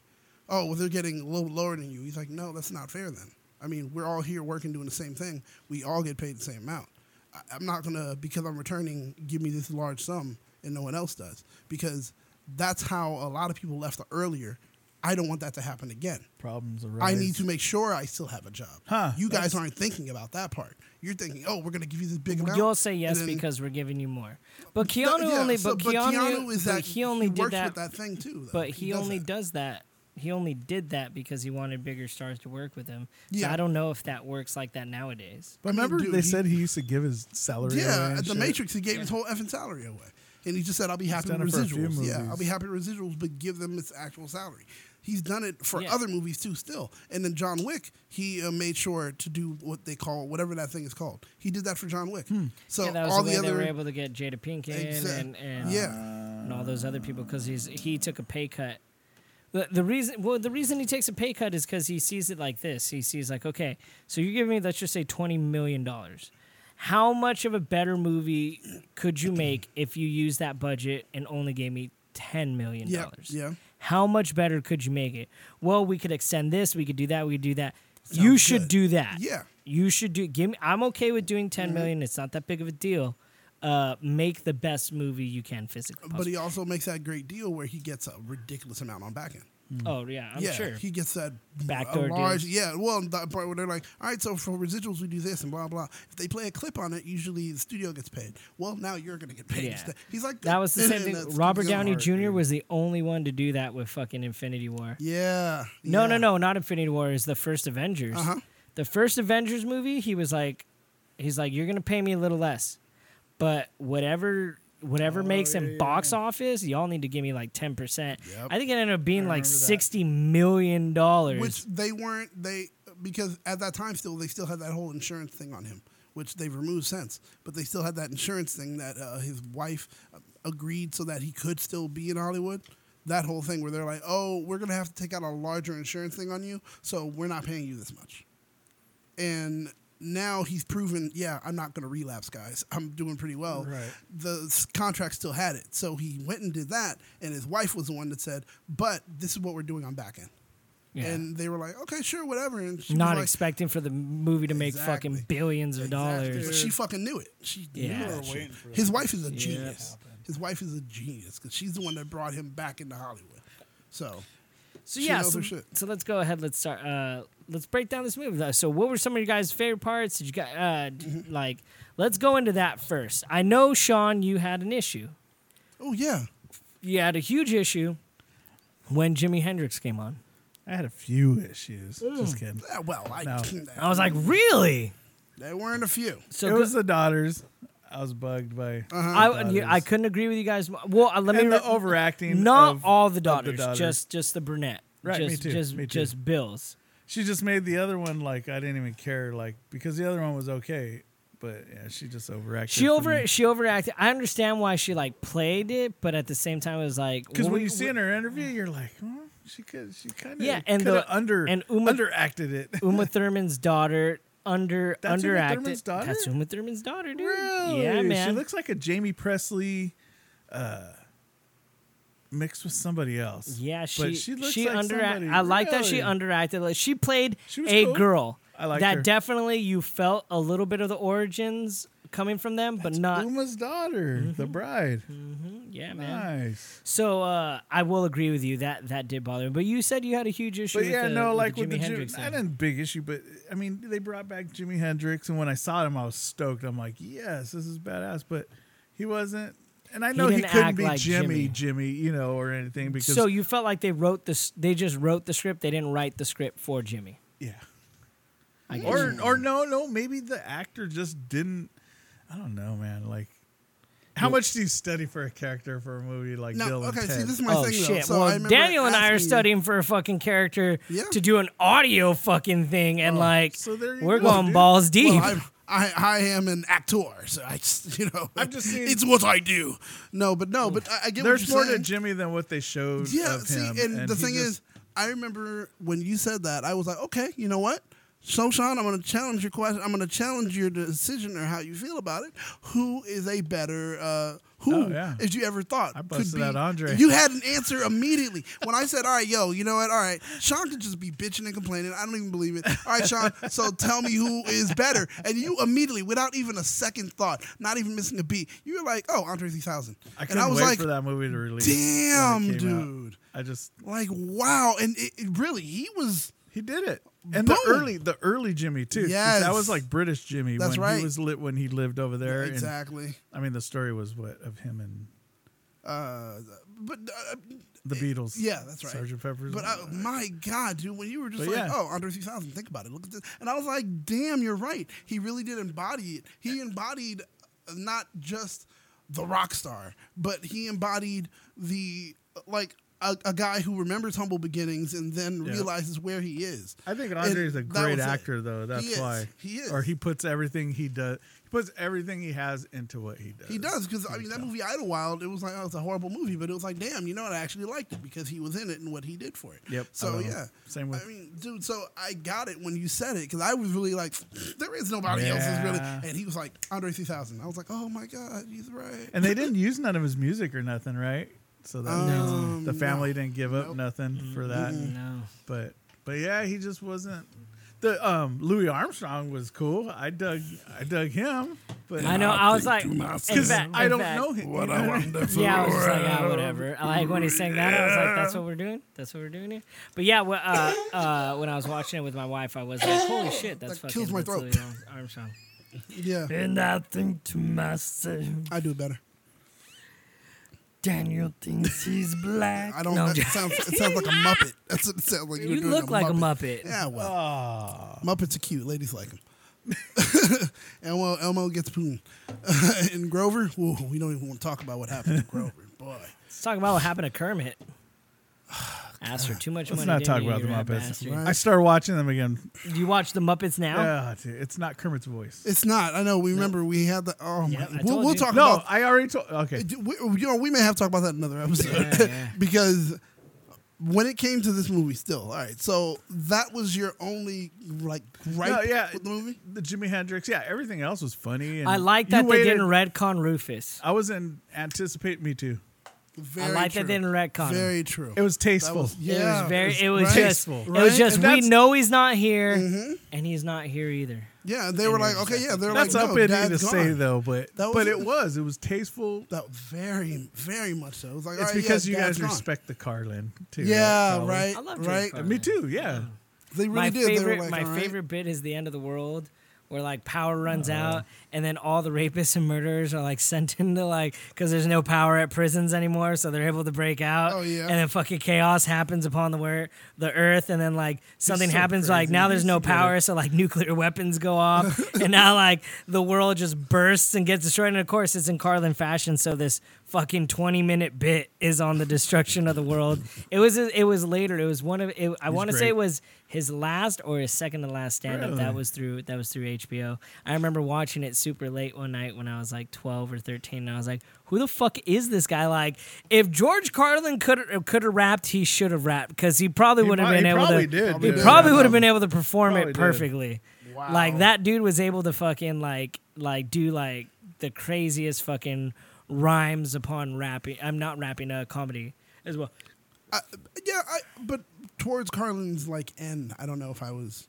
[SPEAKER 3] Oh, well, they're getting low, lower than you. He's like, no, that's not fair then. I mean, we're all here working, doing the same thing. We all get paid the same amount. I, I'm not going to, because I'm returning, give me this large sum and no one else does. Because that's how a lot of people left earlier. I don't want that to happen again.
[SPEAKER 4] Problems arise.
[SPEAKER 3] I need to make sure I still have a job.
[SPEAKER 4] Huh,
[SPEAKER 3] You guys
[SPEAKER 4] that's-
[SPEAKER 3] aren't thinking about that part. You're thinking, oh, we're going to give you this big amount.
[SPEAKER 2] You'll say yes
[SPEAKER 3] and then-
[SPEAKER 2] because we're giving you more. But
[SPEAKER 3] Th-
[SPEAKER 2] Keanu
[SPEAKER 3] yeah,
[SPEAKER 2] only,
[SPEAKER 3] so-
[SPEAKER 2] but, Keanu,
[SPEAKER 3] is
[SPEAKER 2] but
[SPEAKER 3] that
[SPEAKER 2] he only did
[SPEAKER 3] works
[SPEAKER 2] that,
[SPEAKER 3] with that thing too. though.
[SPEAKER 2] But he,
[SPEAKER 3] does
[SPEAKER 2] only
[SPEAKER 3] that.
[SPEAKER 2] does that. He only did that because he wanted bigger stars to work with him. So
[SPEAKER 3] Yeah.
[SPEAKER 2] I don't know if that works like that nowadays.
[SPEAKER 4] But remember,
[SPEAKER 3] Dude,
[SPEAKER 4] they
[SPEAKER 3] he-
[SPEAKER 4] said he used to give his salary. away
[SPEAKER 3] Yeah,
[SPEAKER 4] and
[SPEAKER 3] at the
[SPEAKER 4] shit?
[SPEAKER 3] Matrix, he gave his whole effing salary away, and he just said, "I'll be happy
[SPEAKER 4] done
[SPEAKER 3] with
[SPEAKER 4] it for a few
[SPEAKER 3] residuals." Yeah, I'll be
[SPEAKER 4] movies.
[SPEAKER 3] happy with residuals, but give them its actual salary. He's done it for
[SPEAKER 2] Yeah.
[SPEAKER 3] other movies too, still. And then John Wick, he uh, made sure to do what they call whatever that thing is called. He did that for John Wick. So
[SPEAKER 2] Hmm. yeah, that was
[SPEAKER 3] all
[SPEAKER 2] the way
[SPEAKER 3] the
[SPEAKER 2] they
[SPEAKER 3] other
[SPEAKER 2] were able to get Jada Pinkett
[SPEAKER 3] Exact-
[SPEAKER 2] and, and um,
[SPEAKER 3] yeah,
[SPEAKER 2] and all those other people because he's he took a pay cut. The, the reason well the reason he takes a pay cut is because he sees it like this. He sees like okay, so you're giving me let's just say twenty million dollars. How much of a better movie could you make if you used that budget and only gave me ten million
[SPEAKER 3] Yeah,
[SPEAKER 2] dollars?
[SPEAKER 3] yeah.
[SPEAKER 2] How much better could you make it? Well, we could extend this. We could do that. We could do that. you should
[SPEAKER 3] good.
[SPEAKER 2] do that.
[SPEAKER 3] Yeah.
[SPEAKER 2] You should do. Give me. I'm okay with doing
[SPEAKER 3] Mm-hmm.
[SPEAKER 2] ten million. It's not that big of a deal. Uh, make the best movie you can physically.
[SPEAKER 3] but
[SPEAKER 2] possible.
[SPEAKER 3] he also makes that great deal where he gets a ridiculous amount on back end.
[SPEAKER 2] Oh yeah, I'm
[SPEAKER 3] yeah,
[SPEAKER 2] sure.
[SPEAKER 3] he gets that
[SPEAKER 2] Backdoor
[SPEAKER 3] a large,
[SPEAKER 2] deals.
[SPEAKER 3] Yeah, well, that part where they're like, all right, so for residuals we do this and blah blah. If they play a clip on it, usually the studio gets paid. Well, now you're gonna get paid.
[SPEAKER 2] Yeah.
[SPEAKER 3] He's like
[SPEAKER 2] that
[SPEAKER 3] *laughs*
[SPEAKER 2] was the
[SPEAKER 3] and
[SPEAKER 2] same thing.
[SPEAKER 3] that's
[SPEAKER 2] Robert
[SPEAKER 3] Kevin
[SPEAKER 2] Downey
[SPEAKER 3] Hart,
[SPEAKER 2] Jr.
[SPEAKER 3] dude.
[SPEAKER 2] was the only one to do that with fucking Infinity War.
[SPEAKER 3] Yeah.
[SPEAKER 2] No,
[SPEAKER 3] yeah.
[SPEAKER 2] no, no, not Infinity War. Is the first Avengers.
[SPEAKER 3] Uh-huh.
[SPEAKER 2] The first Avengers movie, he was like, he's like, you're gonna pay me a little less, but whatever,
[SPEAKER 3] Oh,
[SPEAKER 2] whatever makes in box office, y'all need to give me like ten percent.
[SPEAKER 3] Yep.
[SPEAKER 2] I think it ended up being like
[SPEAKER 4] remember that.
[SPEAKER 2] sixty million dollars.
[SPEAKER 3] Which they weren't they because at that time still they still had that whole insurance thing on him, which they've removed since. But they still had that insurance thing that uh, his wife uh, agreed so that he could still be in Hollywood. That whole thing where they're like, "Oh, we're gonna have to take out a larger insurance thing on you, so we're not paying you this much." and now he's proven, yeah, I'm not going to relapse, guys. I'm doing pretty well.
[SPEAKER 4] Right.
[SPEAKER 3] The s- contract still had it, so he went and did that, and his wife was the one that said, "But this is what we're doing on back end."
[SPEAKER 2] Yeah.
[SPEAKER 3] And they were like, "Okay, sure, whatever." And she
[SPEAKER 2] not
[SPEAKER 3] was like,
[SPEAKER 2] expecting for the movie to make
[SPEAKER 3] Exactly.
[SPEAKER 2] fucking billions of
[SPEAKER 3] Exactly. But
[SPEAKER 2] dollars.
[SPEAKER 3] She fucking knew it. She
[SPEAKER 2] Yeah.
[SPEAKER 3] knew that
[SPEAKER 2] We're
[SPEAKER 3] shit.
[SPEAKER 4] waiting for
[SPEAKER 3] His wife is a
[SPEAKER 2] Yeah.
[SPEAKER 3] genius. His wife is a genius because she's the one that brought him back into Hollywood. So
[SPEAKER 2] So
[SPEAKER 3] She
[SPEAKER 2] yeah,
[SPEAKER 3] knows
[SPEAKER 2] so,
[SPEAKER 3] her shit.
[SPEAKER 2] so let's go ahead. Let's start. Uh, let's break down this movie. though. So what were some of your guys' favorite parts? Did you guys uh, d- like? Let's go into that first. I know Sean, you had an issue.
[SPEAKER 3] oh yeah,
[SPEAKER 2] You had a huge issue when Jimi Hendrix came on.
[SPEAKER 4] I had a few issues.
[SPEAKER 3] Mm.
[SPEAKER 4] Just kidding.
[SPEAKER 3] Yeah, Ah, well, I, *laughs*
[SPEAKER 4] No.
[SPEAKER 2] I was like, really?
[SPEAKER 3] they weren't a few.
[SPEAKER 2] So
[SPEAKER 4] it
[SPEAKER 2] go-
[SPEAKER 4] was the daughters. I was bugged by
[SPEAKER 3] Uh-huh.
[SPEAKER 2] I, you- I couldn't agree with you guys. mo- Well, uh, let me
[SPEAKER 4] and the
[SPEAKER 2] re-
[SPEAKER 4] overacting.
[SPEAKER 2] Not
[SPEAKER 4] of-
[SPEAKER 2] all the
[SPEAKER 4] of
[SPEAKER 2] daughters, just just the brunette.
[SPEAKER 4] Right, me
[SPEAKER 2] Just,
[SPEAKER 4] too,
[SPEAKER 2] Just
[SPEAKER 4] me too.
[SPEAKER 2] just Bill's.
[SPEAKER 4] she just made the other one like I didn't even care like because the other one was okay, but yeah, she just overacted.
[SPEAKER 2] She
[SPEAKER 4] for
[SPEAKER 2] over
[SPEAKER 4] me.
[SPEAKER 2] she overacted. I understand why she like played it, but at the same time, it was like
[SPEAKER 4] Because
[SPEAKER 2] well,
[SPEAKER 4] when
[SPEAKER 2] we-
[SPEAKER 4] you see in her interview, you're like, "Huh? she could, she kind of,
[SPEAKER 2] Yeah, and the-
[SPEAKER 4] under
[SPEAKER 2] and
[SPEAKER 4] and
[SPEAKER 2] Uma-
[SPEAKER 4] underacted it.
[SPEAKER 2] Uma Thurman's daughter under
[SPEAKER 4] That's Uma
[SPEAKER 2] underacted.
[SPEAKER 4] Thurman's daughter?
[SPEAKER 2] That's Uma Thurman's daughter, dude.
[SPEAKER 4] *laughs* really?
[SPEAKER 2] Yeah, man.
[SPEAKER 4] She looks like a Jamie Presley, uh, mixed with somebody else.
[SPEAKER 2] yeah, she
[SPEAKER 4] But
[SPEAKER 2] she, underact-
[SPEAKER 4] somebody-
[SPEAKER 2] I like that she
[SPEAKER 4] really?
[SPEAKER 2] underacted. Like, she played
[SPEAKER 4] She was
[SPEAKER 2] a
[SPEAKER 4] cool.
[SPEAKER 2] girl.
[SPEAKER 4] I liked
[SPEAKER 2] that.
[SPEAKER 4] her.
[SPEAKER 2] Definitely, you felt a little bit of the origins coming from them, but not. Mm-hmm.
[SPEAKER 4] Uma's daughter, the bride.
[SPEAKER 2] yeah, man.
[SPEAKER 4] Nice.
[SPEAKER 2] So uh, I will agree with you that that did bother me. But you said you had a huge issue.
[SPEAKER 4] But
[SPEAKER 2] with
[SPEAKER 4] yeah,
[SPEAKER 2] the,
[SPEAKER 4] no,
[SPEAKER 2] with
[SPEAKER 4] like
[SPEAKER 2] the
[SPEAKER 4] with
[SPEAKER 2] Jimi
[SPEAKER 4] the
[SPEAKER 2] Hendrix.
[SPEAKER 4] Jimi, I
[SPEAKER 2] thing.
[SPEAKER 4] didn't big issue, but I mean, they brought back Jimi Hendrix, and when I saw him, I was stoked. I'm like, yes, this is badass. But he wasn't, and I know he,
[SPEAKER 2] didn't act
[SPEAKER 4] couldn't be
[SPEAKER 2] like Jimmy.
[SPEAKER 4] Jimmy, Jimmy, you know, or anything because
[SPEAKER 2] So you felt like they wrote this. They just wrote the script. They didn't write the script for Jimmy.
[SPEAKER 4] yeah,
[SPEAKER 2] I guess.
[SPEAKER 4] or or no, no, maybe the actor just didn't. I don't know, man. Like, how much do you study for a character for a movie like
[SPEAKER 3] No,
[SPEAKER 4] Bill and
[SPEAKER 3] okay.
[SPEAKER 4] Ted?
[SPEAKER 3] See, this is my
[SPEAKER 2] oh
[SPEAKER 3] thing
[SPEAKER 2] shit!
[SPEAKER 3] though. So
[SPEAKER 2] well,
[SPEAKER 3] I remember
[SPEAKER 2] Daniel and I are
[SPEAKER 3] asking you-
[SPEAKER 2] studying for a fucking character
[SPEAKER 3] Yeah. Oh,
[SPEAKER 2] to do an audio fucking thing, and like
[SPEAKER 4] so there you
[SPEAKER 2] we're
[SPEAKER 4] go,
[SPEAKER 2] going
[SPEAKER 4] dude.
[SPEAKER 2] balls deep. *laughs*
[SPEAKER 3] Well, I, I I am an actor, so I just *laughs* you know
[SPEAKER 4] I'm just saying-
[SPEAKER 3] it's what I do. No, but no, but I, I get
[SPEAKER 4] There's
[SPEAKER 3] what you're
[SPEAKER 4] more
[SPEAKER 3] saying.
[SPEAKER 4] to Jimmy than what they showed.
[SPEAKER 3] Yeah,
[SPEAKER 4] of
[SPEAKER 3] see,
[SPEAKER 4] him,
[SPEAKER 3] and, the
[SPEAKER 4] he
[SPEAKER 3] thing
[SPEAKER 4] just-
[SPEAKER 3] is, I remember when you said that, I was like, okay, you know what? So, Sean, I'm going to challenge your question. I'm going to challenge your decision or how you feel about it. Who is a better? Uh, who,
[SPEAKER 4] Oh, yeah.
[SPEAKER 3] as you ever thought,
[SPEAKER 4] I busted out Andre.
[SPEAKER 3] You had an answer immediately when I said, "All right, yo, you know what? All right, Sean could just be bitching and complaining. I don't even believe it. All right, Sean, so tell me who is better." And you immediately, without even a second thought, not even missing a beat, you were like, "Oh, Andre 3000."
[SPEAKER 4] I
[SPEAKER 3] and
[SPEAKER 4] couldn't
[SPEAKER 3] I was
[SPEAKER 4] wait
[SPEAKER 3] like,
[SPEAKER 4] for that movie to release. when it
[SPEAKER 3] "Damn,
[SPEAKER 4] came out.
[SPEAKER 3] dude!"
[SPEAKER 4] I just
[SPEAKER 3] Like, wow, and it, it really, he was.
[SPEAKER 4] he did it. And the
[SPEAKER 3] Boom.
[SPEAKER 4] early the early Jimmy too. 'cause
[SPEAKER 3] Yes.
[SPEAKER 4] That was like British Jimmy
[SPEAKER 3] That's
[SPEAKER 4] when
[SPEAKER 3] right.
[SPEAKER 4] he was lit when he lived over there. and-
[SPEAKER 3] Exactly.
[SPEAKER 4] I mean the story was what of him and
[SPEAKER 3] But uh,
[SPEAKER 4] the Beatles.
[SPEAKER 3] yeah, that's right.
[SPEAKER 4] Sergeant Pepper's.
[SPEAKER 3] But uh, my God, dude, when you were just
[SPEAKER 4] But
[SPEAKER 3] like,
[SPEAKER 4] yeah.
[SPEAKER 3] "Oh, Andre 3000," think about it. Look at this, and I was like, "Damn, you're right. He really did embody it. He embodied uh, not just the rock star, but he embodied the uh, like." A, a guy who remembers humble beginnings and then
[SPEAKER 4] Yeah.
[SPEAKER 3] realizes where he is.
[SPEAKER 4] I think
[SPEAKER 3] And
[SPEAKER 4] Andre's a
[SPEAKER 3] that
[SPEAKER 4] great
[SPEAKER 3] was it.
[SPEAKER 4] actor, though. That's
[SPEAKER 3] he is.
[SPEAKER 4] why
[SPEAKER 3] he is.
[SPEAKER 4] or he puts everything he does. He puts everything he has into what he does.
[SPEAKER 3] He does because I mean that movie Idlewild. It was like oh, it's a horrible movie, but it was like damn, you know what? I actually liked it because he was in it and what he did for it.
[SPEAKER 4] Yep, I
[SPEAKER 3] So
[SPEAKER 4] love him.
[SPEAKER 3] yeah,
[SPEAKER 4] Same with-
[SPEAKER 3] I mean, dude. So I got it when you said it because I was really like, *laughs* there is nobody else who's really.
[SPEAKER 4] Yeah.
[SPEAKER 3] And he was like Andre 3000. I was like, oh my god, he's right.
[SPEAKER 4] And they didn't use none of his music or nothing, right? So that means the family didn't give up nothing for that.
[SPEAKER 2] No.
[SPEAKER 4] But but yeah, he just wasn't. The um, Louis Armstrong was cool. I dug I dug him, but
[SPEAKER 2] I know. I was like, in
[SPEAKER 4] because
[SPEAKER 2] fact-
[SPEAKER 4] I
[SPEAKER 2] in
[SPEAKER 4] don't
[SPEAKER 2] fact-
[SPEAKER 4] know him. you know?
[SPEAKER 2] Yeah, I was just like, ah, whatever. I Like when he sang that, I was like, that's what we're doing. That's what we're doing here. But yeah, wh- uh, uh, when I was watching it with my wife, I was like, holy shit, that's
[SPEAKER 3] That
[SPEAKER 2] fucking
[SPEAKER 3] kills my
[SPEAKER 2] that's
[SPEAKER 3] throat.
[SPEAKER 2] Louis Arm- Armstrong.
[SPEAKER 3] *laughs* Yeah,
[SPEAKER 6] And I think to myself,
[SPEAKER 3] I do it better.
[SPEAKER 6] Daniel thinks he's black.
[SPEAKER 3] I don't.
[SPEAKER 6] No, I'm
[SPEAKER 3] that
[SPEAKER 6] just-
[SPEAKER 3] sounds, it sounds like a muppet. *laughs* That's what it sounds like. You're
[SPEAKER 2] You
[SPEAKER 3] doing
[SPEAKER 2] look like a Muppet.
[SPEAKER 3] Yeah, well, Muppets are cute. Ladies like them. *laughs* Elmo, Elmo gets poon. *laughs* and Grover, whoa, we don't even want to talk about what happened
[SPEAKER 2] *laughs*
[SPEAKER 3] to Grover. Boy,
[SPEAKER 2] Let's talk about what happened to
[SPEAKER 4] *sighs*
[SPEAKER 2] Kermit. Asked for too much
[SPEAKER 4] Let's
[SPEAKER 2] money.
[SPEAKER 4] not talk
[SPEAKER 2] didn't you,
[SPEAKER 4] about the
[SPEAKER 2] you rat
[SPEAKER 4] Muppets.
[SPEAKER 2] bastard?
[SPEAKER 4] I started watching them again.
[SPEAKER 2] Do you watch the Muppets now?
[SPEAKER 4] Yeah, dude, it's not Kermit's voice.
[SPEAKER 3] it's not. I know. We remember we had the. Oh,
[SPEAKER 2] Yeah,
[SPEAKER 3] my,
[SPEAKER 2] I
[SPEAKER 3] we'll,
[SPEAKER 2] told
[SPEAKER 3] we'll
[SPEAKER 2] you.
[SPEAKER 3] talk
[SPEAKER 4] no,
[SPEAKER 3] about.
[SPEAKER 4] I already told. Okay,
[SPEAKER 3] we, you know, we may have to talk about that in another episode
[SPEAKER 2] yeah.
[SPEAKER 3] *laughs* because when it came to this movie, still, all right. So that was your only like right
[SPEAKER 4] No, yeah,
[SPEAKER 3] with the movie.
[SPEAKER 4] the Jimi Hendrix. Yeah, everything else was funny. And
[SPEAKER 2] I like
[SPEAKER 4] you
[SPEAKER 2] that they
[SPEAKER 4] waited-
[SPEAKER 2] didn't retcon Rufus.
[SPEAKER 4] I was in anticipate. Me too.
[SPEAKER 3] Very
[SPEAKER 2] like that
[SPEAKER 3] true.
[SPEAKER 2] they didn't retcon him.
[SPEAKER 3] Very true.
[SPEAKER 4] It was tasteful.
[SPEAKER 3] was-
[SPEAKER 2] It
[SPEAKER 3] Yeah,
[SPEAKER 2] was very. It was
[SPEAKER 3] right?
[SPEAKER 2] just.
[SPEAKER 4] Tasteful,
[SPEAKER 2] It was
[SPEAKER 3] right?
[SPEAKER 2] just.
[SPEAKER 4] And
[SPEAKER 2] We
[SPEAKER 4] that's- Mm-hmm.
[SPEAKER 2] know he's not here, and he's not here either.
[SPEAKER 3] yeah, they were like, okay, yeah, they're
[SPEAKER 4] That's
[SPEAKER 3] like,
[SPEAKER 4] up
[SPEAKER 3] no,
[SPEAKER 4] in me to
[SPEAKER 3] Dad's
[SPEAKER 4] say
[SPEAKER 3] gone.
[SPEAKER 4] though, but
[SPEAKER 3] That was
[SPEAKER 4] but
[SPEAKER 3] it.
[SPEAKER 4] it was it was tasteful.
[SPEAKER 3] That very, very much so. It was like, all
[SPEAKER 4] It's
[SPEAKER 3] right,
[SPEAKER 4] because
[SPEAKER 3] yeah,
[SPEAKER 4] you
[SPEAKER 3] Dad's
[SPEAKER 4] guys
[SPEAKER 3] gone.
[SPEAKER 4] respect the Carlin too.
[SPEAKER 3] Yeah,
[SPEAKER 4] probably.
[SPEAKER 3] right.
[SPEAKER 2] I love Jimmy
[SPEAKER 3] right.
[SPEAKER 2] Carter.
[SPEAKER 4] Me too. Yeah.
[SPEAKER 3] They really
[SPEAKER 2] my
[SPEAKER 3] did. they were
[SPEAKER 2] favorite,
[SPEAKER 3] like,
[SPEAKER 2] my
[SPEAKER 3] all right. Uh-huh.
[SPEAKER 2] favorite bit is the end of the world where like power runs out and then all the rapists and murderers are like *laughs* sent into like because there's no power at prisons anymore so they're able to break out
[SPEAKER 3] Oh, yeah.
[SPEAKER 2] and then fucking chaos happens upon the where the earth and then like something
[SPEAKER 4] so
[SPEAKER 2] happens like
[SPEAKER 4] crazy.
[SPEAKER 2] now
[SPEAKER 4] He's
[SPEAKER 2] there's no
[SPEAKER 4] so good at-
[SPEAKER 2] power so like nuclear *laughs* weapons go off and
[SPEAKER 3] *laughs*
[SPEAKER 2] now like the world just bursts and gets destroyed and of course it's in carlin fashion so this fucking 20 minute bit is on the destruction of the world it was it was later it was one of it, i want to say
[SPEAKER 4] great.
[SPEAKER 2] it was was his last or his second to last stand up.
[SPEAKER 4] Really?
[SPEAKER 2] That was through that was through HBO. I remember watching it super late one night when I was like 12 or 13 and I was like, "Who the fuck is this guy?" Like, if George Carlin could could have rapped, he should have rapped cuz he probably
[SPEAKER 4] He
[SPEAKER 2] would have
[SPEAKER 4] prob-
[SPEAKER 2] been
[SPEAKER 4] he
[SPEAKER 2] able
[SPEAKER 4] probably
[SPEAKER 2] to
[SPEAKER 4] did,
[SPEAKER 2] He
[SPEAKER 4] dude.
[SPEAKER 2] probably would have been able to perform
[SPEAKER 4] Probably
[SPEAKER 2] it
[SPEAKER 4] did.
[SPEAKER 2] perfectly. Like that dude was able to fucking like like do like the craziest fucking rhymes upon rapping. I'm not rapping a uh, comedy as well.
[SPEAKER 3] I, yeah, I, but towards Carlin's like end, I don't know if I was.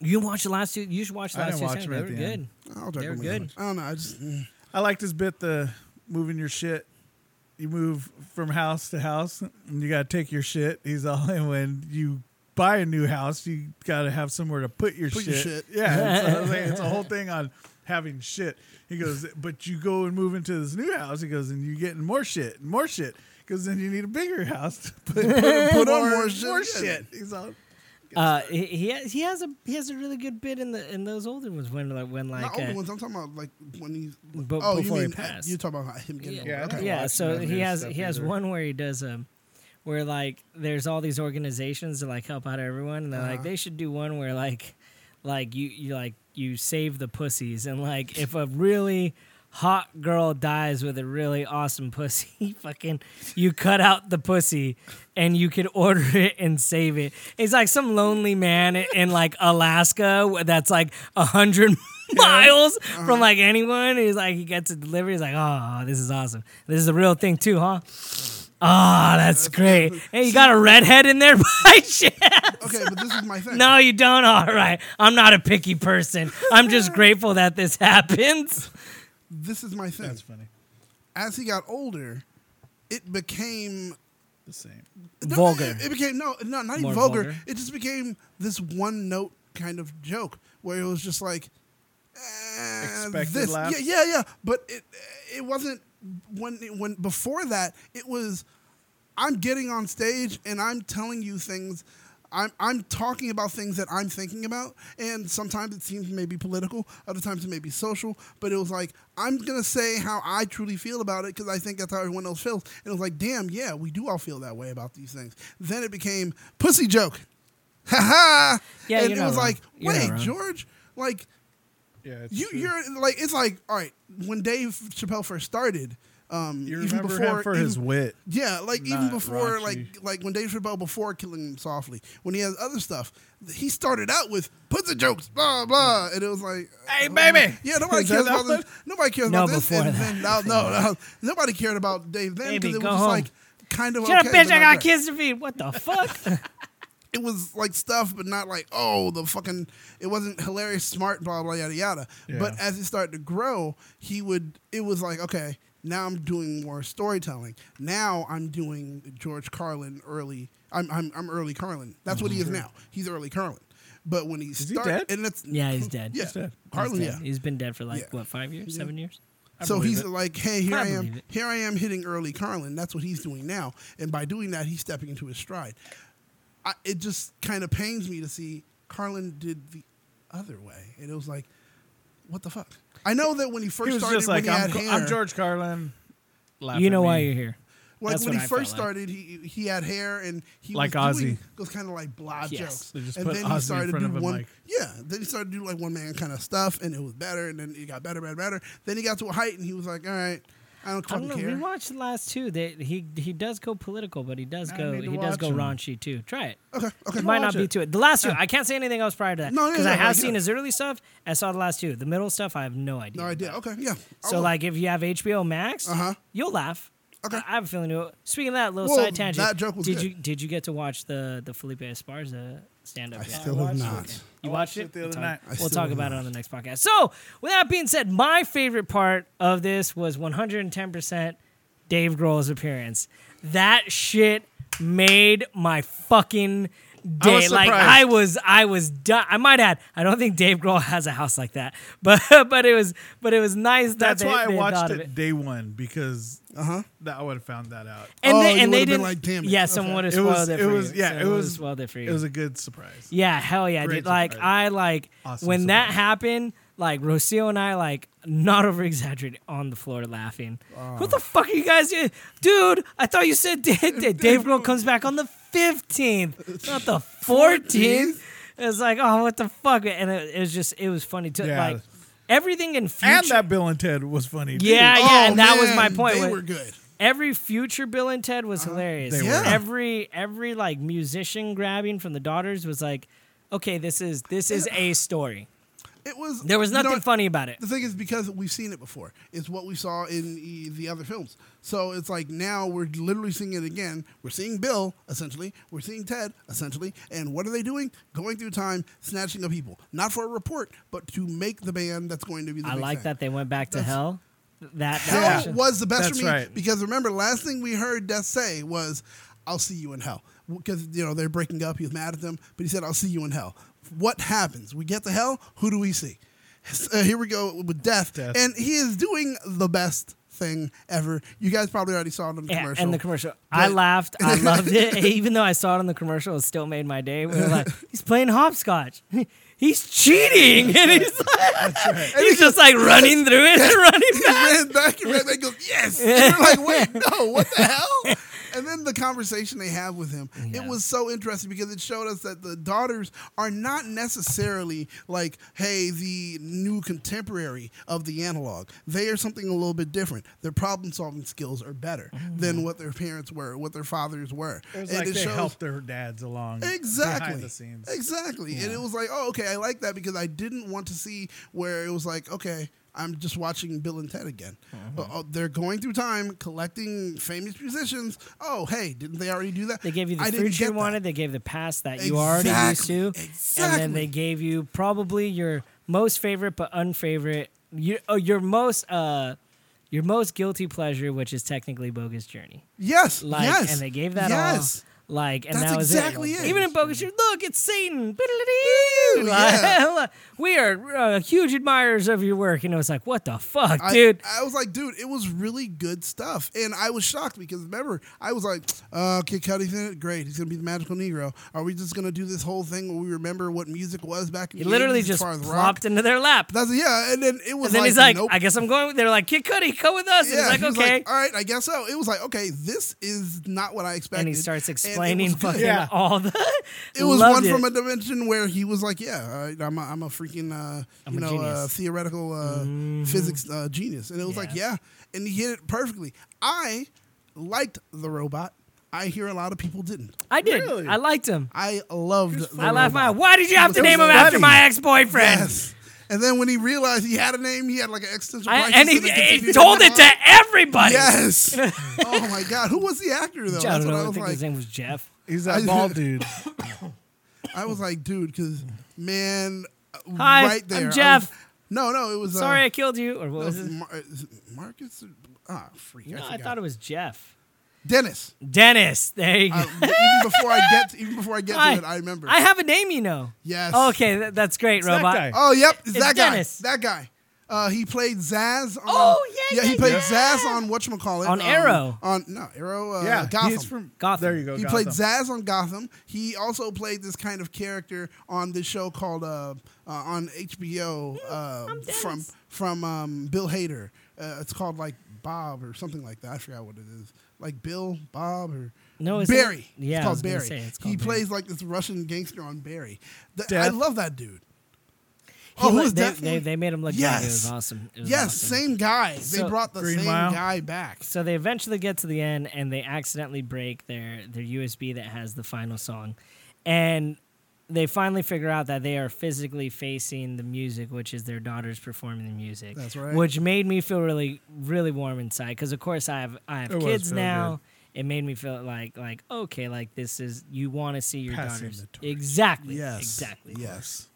[SPEAKER 2] You watch the last two. You should watch the
[SPEAKER 4] I
[SPEAKER 2] last
[SPEAKER 4] didn't
[SPEAKER 2] two.
[SPEAKER 4] watch
[SPEAKER 2] seconds.
[SPEAKER 4] them at
[SPEAKER 2] they were
[SPEAKER 4] the
[SPEAKER 2] good.
[SPEAKER 4] end.
[SPEAKER 3] I'll talk
[SPEAKER 2] They were
[SPEAKER 3] about
[SPEAKER 2] good.
[SPEAKER 3] myself. I don't know. I just mm.
[SPEAKER 4] I liked his bit the moving your shit. You move from house to house and you gotta take your shit. He's all and when you buy a new house, you gotta have somewhere to put your,
[SPEAKER 3] Put your
[SPEAKER 4] shit.
[SPEAKER 3] shit. *laughs*
[SPEAKER 4] Yeah. so I was like, it's a whole thing on having shit. He goes, but you go and move into this new house, he goes, and you getting more shit and more shit. Because then you need a bigger house to put,
[SPEAKER 3] *laughs*
[SPEAKER 4] put,
[SPEAKER 3] Put
[SPEAKER 4] more,
[SPEAKER 3] on more
[SPEAKER 4] more
[SPEAKER 3] shit.
[SPEAKER 4] shit. He's all
[SPEAKER 2] Uh, he he has, he has a he has a really good bit in the in those older ones when like when like
[SPEAKER 3] not
[SPEAKER 2] uh,
[SPEAKER 3] older ones. I'm talking about like when he's.
[SPEAKER 2] But
[SPEAKER 3] oh,
[SPEAKER 2] before
[SPEAKER 3] you
[SPEAKER 2] he
[SPEAKER 3] mean,
[SPEAKER 2] passed.
[SPEAKER 3] You're talking about him getting.
[SPEAKER 2] yeah,
[SPEAKER 3] older. Okay.
[SPEAKER 2] yeah,
[SPEAKER 4] watch
[SPEAKER 2] so
[SPEAKER 4] none of
[SPEAKER 2] he
[SPEAKER 4] his
[SPEAKER 2] has
[SPEAKER 4] stuff
[SPEAKER 2] he has
[SPEAKER 4] either.
[SPEAKER 2] one where he does um where like there's all these organizations that like help out everyone and they're like they should do one where like like you you like you save the pussies and like if a really hot girl dies with a really awesome pussy. *laughs* Fucking, you cut out the pussy, and you could order it and save it. It's like some lonely man in- in like Alaska wh- that's like a hundred. Miles from like anyone, he's like he gets a delivery. He's like, oh, this is awesome. This is the real thing too, huh? Ah, that's
[SPEAKER 3] *laughs*
[SPEAKER 2] great. Hey, you got a redhead in there *laughs* by chance?
[SPEAKER 3] Okay, but this
[SPEAKER 2] *laughs*
[SPEAKER 3] is my thing.
[SPEAKER 2] No, you don't. All right. I'm not a picky person. I'm
[SPEAKER 3] *laughs*
[SPEAKER 2] just grateful that this happens.
[SPEAKER 3] This is my thing.
[SPEAKER 4] That's funny.
[SPEAKER 3] As he got older, it became
[SPEAKER 4] The same.
[SPEAKER 3] No,
[SPEAKER 2] Vulgar.
[SPEAKER 3] It, it became no, no, not even
[SPEAKER 2] More
[SPEAKER 3] vulgar.
[SPEAKER 2] vulgar.
[SPEAKER 3] It just became this one note kind of joke where it was just like eh,
[SPEAKER 4] Expected
[SPEAKER 3] this.
[SPEAKER 4] laugh?
[SPEAKER 3] Yeah, yeah, yeah. But it it wasn't when when before that it was I'm getting on stage and I'm telling you things. I'm, I'm talking about things that I'm thinking about, and sometimes it seems maybe political, other times it may be social, but it was like, I'm going to say how I truly feel about it because I think that's how everyone else feels. And it was like, damn, yeah, we do all feel that way about these things. Then it became pussy joke. *laughs* Ha ha!
[SPEAKER 2] Yeah,
[SPEAKER 3] and
[SPEAKER 2] you're
[SPEAKER 3] it
[SPEAKER 2] not
[SPEAKER 3] was
[SPEAKER 2] wrong.
[SPEAKER 3] like,
[SPEAKER 2] You're not
[SPEAKER 3] wait,
[SPEAKER 2] wrong.
[SPEAKER 3] George, like,
[SPEAKER 4] Yeah, it's
[SPEAKER 3] you,
[SPEAKER 4] true.
[SPEAKER 3] you're like, it's like, all right, when Dave Chappelle first started, um,
[SPEAKER 4] You
[SPEAKER 3] even
[SPEAKER 4] remember
[SPEAKER 3] before
[SPEAKER 4] him for
[SPEAKER 3] even-
[SPEAKER 4] his wit.
[SPEAKER 3] yeah, like even
[SPEAKER 4] Not
[SPEAKER 3] before,
[SPEAKER 4] Rocky.
[SPEAKER 3] like like when Dave Chappelle before Killing Him Softly, when he has other stuff, he started out with pussy jokes, blah blah, and it was like, uh,
[SPEAKER 4] Hey, baby!
[SPEAKER 3] yeah,
[SPEAKER 4] *laughs*
[SPEAKER 3] nobody
[SPEAKER 4] Is
[SPEAKER 3] cares
[SPEAKER 4] that
[SPEAKER 3] about
[SPEAKER 4] that
[SPEAKER 3] this. Nobody cares
[SPEAKER 2] No,
[SPEAKER 3] about this.
[SPEAKER 2] before
[SPEAKER 3] And
[SPEAKER 2] that.
[SPEAKER 3] then, no, no, no, nobody cared about Dave then
[SPEAKER 2] Baby,
[SPEAKER 3] because it was
[SPEAKER 2] go
[SPEAKER 3] just
[SPEAKER 2] home.
[SPEAKER 3] like kind of
[SPEAKER 2] Shut
[SPEAKER 3] okay,
[SPEAKER 2] up,
[SPEAKER 3] but
[SPEAKER 2] bitch. I
[SPEAKER 3] not
[SPEAKER 2] got
[SPEAKER 3] great.
[SPEAKER 2] kids to feed. What the
[SPEAKER 3] *laughs*
[SPEAKER 2] fuck?
[SPEAKER 3] It was like stuff, but not like oh the fucking. It wasn't hilarious, smart, blah blah yada yada.
[SPEAKER 4] Yeah.
[SPEAKER 3] But as it started to grow, he would. It was like okay, now I'm doing more storytelling. Now I'm doing George Carlin early. I'm I'm, I'm early Carlin. That's what he is now. He's early Carlin. But when he
[SPEAKER 4] Mm-hmm. he
[SPEAKER 3] started,
[SPEAKER 4] dead?
[SPEAKER 3] and that's
[SPEAKER 2] yeah, he's dead.
[SPEAKER 3] yeah,
[SPEAKER 2] He's
[SPEAKER 4] dead.
[SPEAKER 3] Carlin,
[SPEAKER 2] dead.
[SPEAKER 3] yeah.
[SPEAKER 2] He's been dead for like,
[SPEAKER 3] Yeah.
[SPEAKER 2] what, five years? Seven years?
[SPEAKER 3] So
[SPEAKER 4] believe
[SPEAKER 3] he's
[SPEAKER 4] it.
[SPEAKER 3] like, hey, here
[SPEAKER 2] I
[SPEAKER 3] I, am,
[SPEAKER 2] believe it.
[SPEAKER 3] here I am hitting early Carlin. That's what he's doing now, and by doing that, he's stepping into his stride. I, it just kind of pains me to see Carlin did the other way, and it was like, what the fuck? I know that when he first
[SPEAKER 4] He was
[SPEAKER 3] started,
[SPEAKER 4] just like,
[SPEAKER 3] when he
[SPEAKER 4] I'm,
[SPEAKER 3] had
[SPEAKER 4] Ca-
[SPEAKER 3] hair,
[SPEAKER 4] I'm George Carlin. Laugh
[SPEAKER 2] You
[SPEAKER 4] at
[SPEAKER 2] know
[SPEAKER 4] me.
[SPEAKER 2] why you're here.
[SPEAKER 3] Like
[SPEAKER 2] That's
[SPEAKER 3] when
[SPEAKER 2] what
[SPEAKER 3] he
[SPEAKER 2] I felt
[SPEAKER 3] first
[SPEAKER 2] like.
[SPEAKER 3] started, he he had hair and he
[SPEAKER 4] Like
[SPEAKER 3] was
[SPEAKER 4] Ozzy.
[SPEAKER 3] doing those kind of like blah
[SPEAKER 2] Yes.
[SPEAKER 3] jokes.
[SPEAKER 4] They just
[SPEAKER 3] and
[SPEAKER 4] put
[SPEAKER 3] then
[SPEAKER 4] Ozzy
[SPEAKER 3] he
[SPEAKER 4] in
[SPEAKER 3] started
[SPEAKER 4] front
[SPEAKER 3] to
[SPEAKER 4] of
[SPEAKER 3] do
[SPEAKER 4] a
[SPEAKER 3] one.
[SPEAKER 4] mic.
[SPEAKER 3] Yeah, then he started to do like one man kind of stuff, and it was better. And then it got better, better, better. Then he got to a height, and he was like, all right, I don't
[SPEAKER 2] I
[SPEAKER 3] fucking
[SPEAKER 2] don't know.
[SPEAKER 3] care.
[SPEAKER 2] We watched the last two. They, he he does go political, but he does
[SPEAKER 4] I
[SPEAKER 2] go
[SPEAKER 4] need to
[SPEAKER 2] he does
[SPEAKER 4] watch
[SPEAKER 2] go
[SPEAKER 4] them.
[SPEAKER 2] raunchy too. Try it.
[SPEAKER 3] Okay, okay.
[SPEAKER 2] It might not
[SPEAKER 4] watch
[SPEAKER 2] be
[SPEAKER 4] it.
[SPEAKER 2] to it. The last two, I can't say anything else prior to that
[SPEAKER 3] No,
[SPEAKER 2] because
[SPEAKER 3] no,
[SPEAKER 2] I
[SPEAKER 3] no, I
[SPEAKER 2] have
[SPEAKER 3] get
[SPEAKER 2] seen
[SPEAKER 3] it.
[SPEAKER 2] his early stuff. I saw the last two. The middle stuff, I have no idea.
[SPEAKER 3] No idea. Okay, yeah. I
[SPEAKER 2] So
[SPEAKER 3] will.
[SPEAKER 2] like if you have HBO Max,
[SPEAKER 3] Uh-huh.
[SPEAKER 2] you'll laugh.
[SPEAKER 3] Okay.
[SPEAKER 2] I I have a feeling. to it. Speaking of that, little
[SPEAKER 3] Well,
[SPEAKER 2] side tangent.
[SPEAKER 3] that joke was
[SPEAKER 2] did
[SPEAKER 3] good.
[SPEAKER 2] you did you get to watch the the Felipe Esparza stand up?
[SPEAKER 3] I still have not.
[SPEAKER 2] You
[SPEAKER 4] I
[SPEAKER 2] watched
[SPEAKER 4] watched
[SPEAKER 2] it,
[SPEAKER 4] it the
[SPEAKER 2] We'll
[SPEAKER 4] other
[SPEAKER 2] talk-
[SPEAKER 4] night. I
[SPEAKER 2] We'll
[SPEAKER 3] still
[SPEAKER 2] talk
[SPEAKER 3] have
[SPEAKER 2] about it on the next podcast. So, with that being said, my favorite part of this was 110% Dave Grohl's appearance. That shit made my fucking day.
[SPEAKER 4] I was
[SPEAKER 2] like
[SPEAKER 4] surprised.
[SPEAKER 2] I was, I was done. I might add, I don't think Dave Grohl *laughs* has a house like that, but but it was, but it was nice that
[SPEAKER 4] That's
[SPEAKER 2] they-
[SPEAKER 4] why I
[SPEAKER 2] they thought
[SPEAKER 4] watched
[SPEAKER 2] of
[SPEAKER 4] it day one because
[SPEAKER 3] Uh-huh.
[SPEAKER 4] that I would have found that out.
[SPEAKER 2] And
[SPEAKER 3] Oh,
[SPEAKER 2] they,
[SPEAKER 3] you
[SPEAKER 2] and they
[SPEAKER 3] would've been
[SPEAKER 2] didn't.
[SPEAKER 3] like, damn it.
[SPEAKER 2] Yeah, someone
[SPEAKER 3] Okay.
[SPEAKER 2] would have
[SPEAKER 4] It was.
[SPEAKER 2] spoiled it.
[SPEAKER 4] It
[SPEAKER 2] for
[SPEAKER 4] was.
[SPEAKER 2] you.
[SPEAKER 4] Yeah.
[SPEAKER 2] Someone
[SPEAKER 4] It
[SPEAKER 2] would've
[SPEAKER 4] was.
[SPEAKER 2] spoiled it for you.
[SPEAKER 4] It was a good surprise.
[SPEAKER 2] Yeah, hell yeah,
[SPEAKER 4] Great
[SPEAKER 2] dude. Like
[SPEAKER 4] surprise.
[SPEAKER 2] I like
[SPEAKER 4] Awesome
[SPEAKER 2] when that
[SPEAKER 4] surprise.
[SPEAKER 2] happened. Like Rocio and I, like not over exaggerated on the floor laughing. What the fuck are you guys doing, dude? I thought you said *laughs* Dave,
[SPEAKER 4] *laughs*
[SPEAKER 2] Dave, Dave Grohl comes back on the fifteenth, not the fourteenth. It's like, oh, what the fuck? And it, it was just, it was funny too.
[SPEAKER 4] Yeah.
[SPEAKER 2] Like everything in future.
[SPEAKER 4] And that Bill and Ted was funny. too.
[SPEAKER 2] yeah, yeah,
[SPEAKER 3] Oh,
[SPEAKER 2] and that was
[SPEAKER 3] man,
[SPEAKER 2] my point.
[SPEAKER 3] They
[SPEAKER 2] with-
[SPEAKER 3] were good.
[SPEAKER 2] every future Bill and Ted was hilarious.
[SPEAKER 4] Uh-huh. they
[SPEAKER 3] Yeah. were.
[SPEAKER 2] Every every like musician grabbing from the daughters was like, okay, this is this is a story.
[SPEAKER 3] It was.
[SPEAKER 2] There was
[SPEAKER 3] you know
[SPEAKER 2] nothing
[SPEAKER 3] what?
[SPEAKER 2] funny about it.
[SPEAKER 3] The thing is, because we've seen it before, it's what we saw in the, the other films. So it's like now we're literally seeing it again. We're seeing Bill, essentially. We're seeing Ted, essentially. And what are they doing? Going through time, snatching up people. Not for a report, but to make the band that's going to be the
[SPEAKER 2] I
[SPEAKER 3] big
[SPEAKER 2] like
[SPEAKER 3] thing.
[SPEAKER 2] that they went back to hell. That
[SPEAKER 3] Hell
[SPEAKER 2] direction.
[SPEAKER 3] was the best
[SPEAKER 4] That's
[SPEAKER 3] for me
[SPEAKER 4] right.
[SPEAKER 3] because remember, last thing we heard Death say was, "I'll see you in hell." Because you know they're breaking up. He was mad at them, but he said, "I'll see you in hell." What happens? We get to hell. Who do we see? Uh, here we go with death.
[SPEAKER 4] Death.
[SPEAKER 3] and he is doing the best thing ever. You guys probably already saw it in
[SPEAKER 2] *laughs*
[SPEAKER 3] the
[SPEAKER 2] Yeah,
[SPEAKER 3] commercial.
[SPEAKER 2] And the commercial, I laughed. I
[SPEAKER 3] *laughs*
[SPEAKER 2] loved it. *laughs* Even though I saw it on the commercial, it still made my day. We were
[SPEAKER 3] *laughs*
[SPEAKER 2] like, he's playing hopscotch. *laughs* He's cheating, *laughs* and he's like, *laughs* he's just like running through
[SPEAKER 3] *laughs*
[SPEAKER 2] it *laughs* and running
[SPEAKER 3] He
[SPEAKER 2] back.
[SPEAKER 4] *laughs*
[SPEAKER 3] ran back and ran back. and Goes yes. And we're like, wait, no, what the hell? and then the conversation they have with him, it
[SPEAKER 2] Yeah.
[SPEAKER 3] was so interesting because it showed us that the daughters are not necessarily like, hey, the new contemporary of the analog. They are something a little bit different. Their problem solving skills are better than what their parents were, what their fathers were.
[SPEAKER 4] Mm-hmm. It was like
[SPEAKER 3] it
[SPEAKER 4] they
[SPEAKER 3] shows-
[SPEAKER 4] helped their dads along
[SPEAKER 3] Exactly.
[SPEAKER 4] behind the scenes.
[SPEAKER 3] Exactly. And it was like, oh, okay, I like that because I didn't want to see where it was like, okay, I'm just watching Bill and Ted again.
[SPEAKER 4] Mm-hmm.
[SPEAKER 3] Uh, oh, they're going through time collecting famous musicians. Oh, hey, didn't they already do that?
[SPEAKER 2] They gave you the
[SPEAKER 3] I didn't
[SPEAKER 2] future you
[SPEAKER 3] get that.
[SPEAKER 2] wanted. They gave the past that you already used
[SPEAKER 3] Exactly.
[SPEAKER 2] to, and then
[SPEAKER 3] Exactly.
[SPEAKER 2] they gave you probably your most favorite but unfavorite, your oh, your most uh, your most guilty pleasure, which is technically Bogus Journey.
[SPEAKER 3] Yes.
[SPEAKER 2] Like,
[SPEAKER 3] yes.
[SPEAKER 2] and they gave that
[SPEAKER 3] yes.
[SPEAKER 2] all. Like, and
[SPEAKER 3] That's
[SPEAKER 2] that was
[SPEAKER 3] exactly
[SPEAKER 2] it.
[SPEAKER 3] it.
[SPEAKER 2] Even in Bogus Journey, look, it's Satan.
[SPEAKER 3] yeah.
[SPEAKER 2] *laughs* Like, we are uh, huge admirers of your work, and it was like, what the fuck,
[SPEAKER 3] I,
[SPEAKER 2] dude?
[SPEAKER 3] I was like, dude, it was really good stuff, and I was shocked because remember, I was like, uh, Kid Cudi's in it, great. He's gonna be the magical Negro. Are we just gonna do this whole thing where we remember what music was back in
[SPEAKER 2] you
[SPEAKER 3] the
[SPEAKER 2] literally
[SPEAKER 3] 80s as
[SPEAKER 2] just
[SPEAKER 3] far as rock?
[SPEAKER 2] plopped into their lap.
[SPEAKER 3] That's yeah, and then it was.
[SPEAKER 2] And then
[SPEAKER 3] like,
[SPEAKER 2] he's like,
[SPEAKER 3] nope.
[SPEAKER 2] I guess I'm going. with-" They're like, Kid Cudi, come with us. And
[SPEAKER 3] Yeah,
[SPEAKER 2] he's
[SPEAKER 3] he
[SPEAKER 2] like,
[SPEAKER 3] was
[SPEAKER 2] okay.
[SPEAKER 3] all right, I guess so. It was like, okay, this is not what I expected.
[SPEAKER 2] and he starts
[SPEAKER 3] it was *laughs*
[SPEAKER 2] explaining
[SPEAKER 3] good.
[SPEAKER 2] fucking
[SPEAKER 4] Yeah.
[SPEAKER 2] all the.
[SPEAKER 3] It was
[SPEAKER 2] Loved
[SPEAKER 3] one
[SPEAKER 2] it.
[SPEAKER 3] from a dimension where he was like, yeah, all right, I'm a, I'm a freaking, uh,
[SPEAKER 2] I'm
[SPEAKER 3] you
[SPEAKER 2] a
[SPEAKER 3] know, uh,
[SPEAKER 2] genius. Mm-hmm.
[SPEAKER 3] theoretical uh, physics uh, genius, and it was like, yeah,
[SPEAKER 2] Yeah.
[SPEAKER 3] and he hit it perfectly. I liked the robot. I hear a lot of people didn't.
[SPEAKER 2] I did.
[SPEAKER 4] Really?
[SPEAKER 2] I liked him.
[SPEAKER 3] I loved. The
[SPEAKER 2] I laughed my.
[SPEAKER 3] robot.
[SPEAKER 2] Why did you have to
[SPEAKER 3] It
[SPEAKER 2] name
[SPEAKER 3] was
[SPEAKER 2] him after
[SPEAKER 3] funny.
[SPEAKER 2] my ex boyfriend?
[SPEAKER 3] Yes. And then when he realized he had a name, he had like an existential
[SPEAKER 2] I,
[SPEAKER 3] crisis.
[SPEAKER 2] and he,
[SPEAKER 3] it
[SPEAKER 2] he
[SPEAKER 3] continued
[SPEAKER 2] told it to
[SPEAKER 3] on.
[SPEAKER 2] everybody.
[SPEAKER 3] Yes. *laughs* oh my God, who was the actor though?
[SPEAKER 2] I don't
[SPEAKER 3] That's what
[SPEAKER 2] know. I,
[SPEAKER 3] I was
[SPEAKER 2] think
[SPEAKER 3] like.
[SPEAKER 2] his name was Jeff.
[SPEAKER 4] He's that
[SPEAKER 3] *laughs*
[SPEAKER 4] bald dude.
[SPEAKER 3] Uh, I was like, dude, because man, uh,
[SPEAKER 2] Hi,
[SPEAKER 3] right
[SPEAKER 2] I'm
[SPEAKER 3] there, I was-
[SPEAKER 2] Jeff.
[SPEAKER 3] no, no, it was uh,
[SPEAKER 2] Sorry, I killed you. Or what
[SPEAKER 3] no,
[SPEAKER 2] was it?
[SPEAKER 3] Mar- uh, is it Marcus. Ah, freak.
[SPEAKER 2] No,
[SPEAKER 3] I,
[SPEAKER 2] I thought it was Jeff. *laughs*
[SPEAKER 3] Dennis.
[SPEAKER 2] Dennis. There you go.
[SPEAKER 3] Uh, even before I get, to, even before I get
[SPEAKER 2] Hi.
[SPEAKER 3] to it, I remember.
[SPEAKER 2] I have a name, you know.
[SPEAKER 3] Yes.
[SPEAKER 2] okay, that, that's great,
[SPEAKER 4] that
[SPEAKER 2] robot.
[SPEAKER 4] guy.
[SPEAKER 3] oh, yep, it's
[SPEAKER 2] It's
[SPEAKER 3] that guy.
[SPEAKER 2] Dennis.
[SPEAKER 3] That guy. Uh, he played Zaz on.
[SPEAKER 2] Oh, yeah,
[SPEAKER 3] he
[SPEAKER 2] yeah,
[SPEAKER 3] played
[SPEAKER 2] yeah.
[SPEAKER 3] Zaz on whatchamacallit.
[SPEAKER 2] On
[SPEAKER 3] um,
[SPEAKER 2] Arrow.
[SPEAKER 3] On no Arrow. Uh,
[SPEAKER 4] yeah,
[SPEAKER 3] Gotham.
[SPEAKER 4] he's from
[SPEAKER 2] Gotham.
[SPEAKER 4] There you go.
[SPEAKER 3] He
[SPEAKER 4] Gotham.
[SPEAKER 3] played Zaz on Gotham. He also played this kind of character on this show called uh, uh, on HBO uh, from from um, Bill Hader. Uh, it's called like Bob or something like that. I forgot what it is. Like Bill, Bob, or
[SPEAKER 2] No, is
[SPEAKER 3] Barry.
[SPEAKER 2] it- yeah, I
[SPEAKER 3] it's called
[SPEAKER 2] was gonna
[SPEAKER 3] Barry.
[SPEAKER 2] say, it's
[SPEAKER 3] he
[SPEAKER 2] called Barry.
[SPEAKER 3] plays like this Russian gangster on Barry. Th- I
[SPEAKER 4] Death.
[SPEAKER 3] love that dude.
[SPEAKER 2] He
[SPEAKER 3] oh,
[SPEAKER 2] lo-
[SPEAKER 3] who was
[SPEAKER 2] they,
[SPEAKER 3] Death?
[SPEAKER 2] they, they made him look
[SPEAKER 3] Yes.
[SPEAKER 2] good. It was awesome. It was
[SPEAKER 3] yes,
[SPEAKER 2] awesome.
[SPEAKER 3] same guy.
[SPEAKER 2] So-
[SPEAKER 3] they brought the
[SPEAKER 4] Green
[SPEAKER 3] same
[SPEAKER 4] Mile?
[SPEAKER 3] guy back.
[SPEAKER 2] So they eventually get to the end and they accidentally break their their USB that has the final song. And they finally figure out that they are physically facing the music, which is their daughters performing the music.
[SPEAKER 3] That's right.
[SPEAKER 2] Which made me feel really, really warm inside because, of course, I have I have
[SPEAKER 4] It was
[SPEAKER 2] kids
[SPEAKER 4] really
[SPEAKER 2] now. It made me feel like like okay, like this is you want to see your
[SPEAKER 4] Passing
[SPEAKER 2] daughters
[SPEAKER 4] the torch.
[SPEAKER 2] exactly,
[SPEAKER 3] Yes,
[SPEAKER 2] exactly.
[SPEAKER 3] Yes.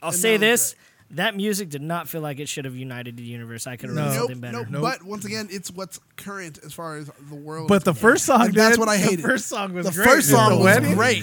[SPEAKER 2] I'll
[SPEAKER 3] And
[SPEAKER 2] say
[SPEAKER 3] that was
[SPEAKER 2] this: that music did not feel like it should have united the universe. I could have
[SPEAKER 4] No.
[SPEAKER 2] done
[SPEAKER 4] Nope,
[SPEAKER 2] something better.
[SPEAKER 3] Uh, Nope,
[SPEAKER 4] Nope.
[SPEAKER 3] But once again, it's what's current as far as the world.
[SPEAKER 4] But the first song,
[SPEAKER 3] And that's
[SPEAKER 4] did.
[SPEAKER 3] what I hated.
[SPEAKER 4] The first song was
[SPEAKER 3] the
[SPEAKER 4] great.
[SPEAKER 3] first
[SPEAKER 4] The
[SPEAKER 3] song was
[SPEAKER 4] wedding?
[SPEAKER 3] great.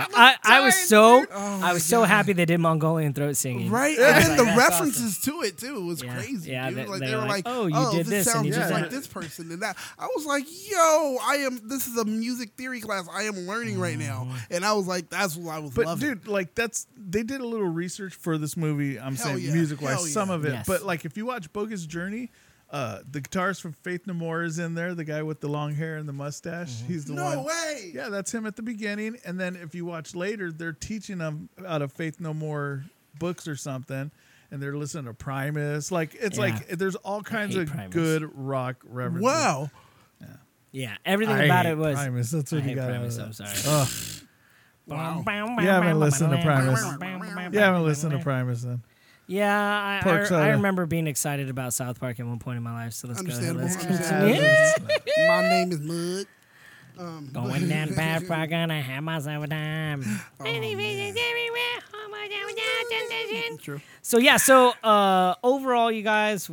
[SPEAKER 2] I, I was so I
[SPEAKER 4] Oh
[SPEAKER 3] my
[SPEAKER 2] was so happy they did Mongolian throat singing.
[SPEAKER 3] Right,
[SPEAKER 2] I
[SPEAKER 3] and
[SPEAKER 2] was like,
[SPEAKER 3] then the
[SPEAKER 2] "That's awesome."
[SPEAKER 3] references to it too was
[SPEAKER 2] Yeah,
[SPEAKER 3] crazy.
[SPEAKER 2] yeah,
[SPEAKER 3] dude.
[SPEAKER 2] they-
[SPEAKER 3] like
[SPEAKER 2] they
[SPEAKER 3] they,
[SPEAKER 2] were
[SPEAKER 3] were
[SPEAKER 2] like,
[SPEAKER 3] like,
[SPEAKER 2] "Oh, you did
[SPEAKER 3] this,
[SPEAKER 2] this and
[SPEAKER 3] sounds
[SPEAKER 2] you
[SPEAKER 3] just
[SPEAKER 4] did
[SPEAKER 3] like
[SPEAKER 4] that."
[SPEAKER 3] this person and that." I was like, "Yo, I am. This is a music theory class I am learning right now," and I was like, "That's what I was
[SPEAKER 4] But
[SPEAKER 3] loving."
[SPEAKER 4] dude, like that's they did a little research for this movie. I'm
[SPEAKER 3] Hell
[SPEAKER 4] saying
[SPEAKER 3] yeah.
[SPEAKER 4] music wise,
[SPEAKER 3] Hell yeah.
[SPEAKER 4] some of it.
[SPEAKER 2] Yes.
[SPEAKER 4] But like if you watch Bogus Journey, uh, the guitarist from Faith No More is in there. The guy with the long hair and the mustache, he's the
[SPEAKER 3] Mm-hmm. no
[SPEAKER 4] one.
[SPEAKER 3] way.
[SPEAKER 4] Yeah, that's him at the beginning. And then if you watch later, they're teaching them out of Faith No More books or something. And they're listening to Primus. Like it's
[SPEAKER 2] Yeah.
[SPEAKER 4] like there's all kinds
[SPEAKER 2] hate
[SPEAKER 4] of
[SPEAKER 2] Primus.
[SPEAKER 4] good rock references.
[SPEAKER 3] Wow.
[SPEAKER 2] Yeah, everything
[SPEAKER 4] I
[SPEAKER 2] about
[SPEAKER 4] hate
[SPEAKER 2] it was.
[SPEAKER 4] Primus. That's
[SPEAKER 2] I
[SPEAKER 4] what he
[SPEAKER 2] hate
[SPEAKER 4] got
[SPEAKER 2] Primus.
[SPEAKER 4] out
[SPEAKER 2] I'm
[SPEAKER 4] of that.
[SPEAKER 2] sorry.
[SPEAKER 4] Ugh.
[SPEAKER 2] Wow.
[SPEAKER 4] You haven't listened to Primus. You haven't listened to Primus then.
[SPEAKER 2] Yeah, I,
[SPEAKER 4] Park
[SPEAKER 2] I, I
[SPEAKER 4] Soda.
[SPEAKER 2] remember being excited about South Park at one point in my life. So let's go ahead.
[SPEAKER 3] Understandable.
[SPEAKER 2] Let's go.
[SPEAKER 3] understandable. My name is Mud.
[SPEAKER 2] Going down the path, I'm gonna have myself a time. oh
[SPEAKER 3] True.
[SPEAKER 2] So yeah, so uh, overall, you guys,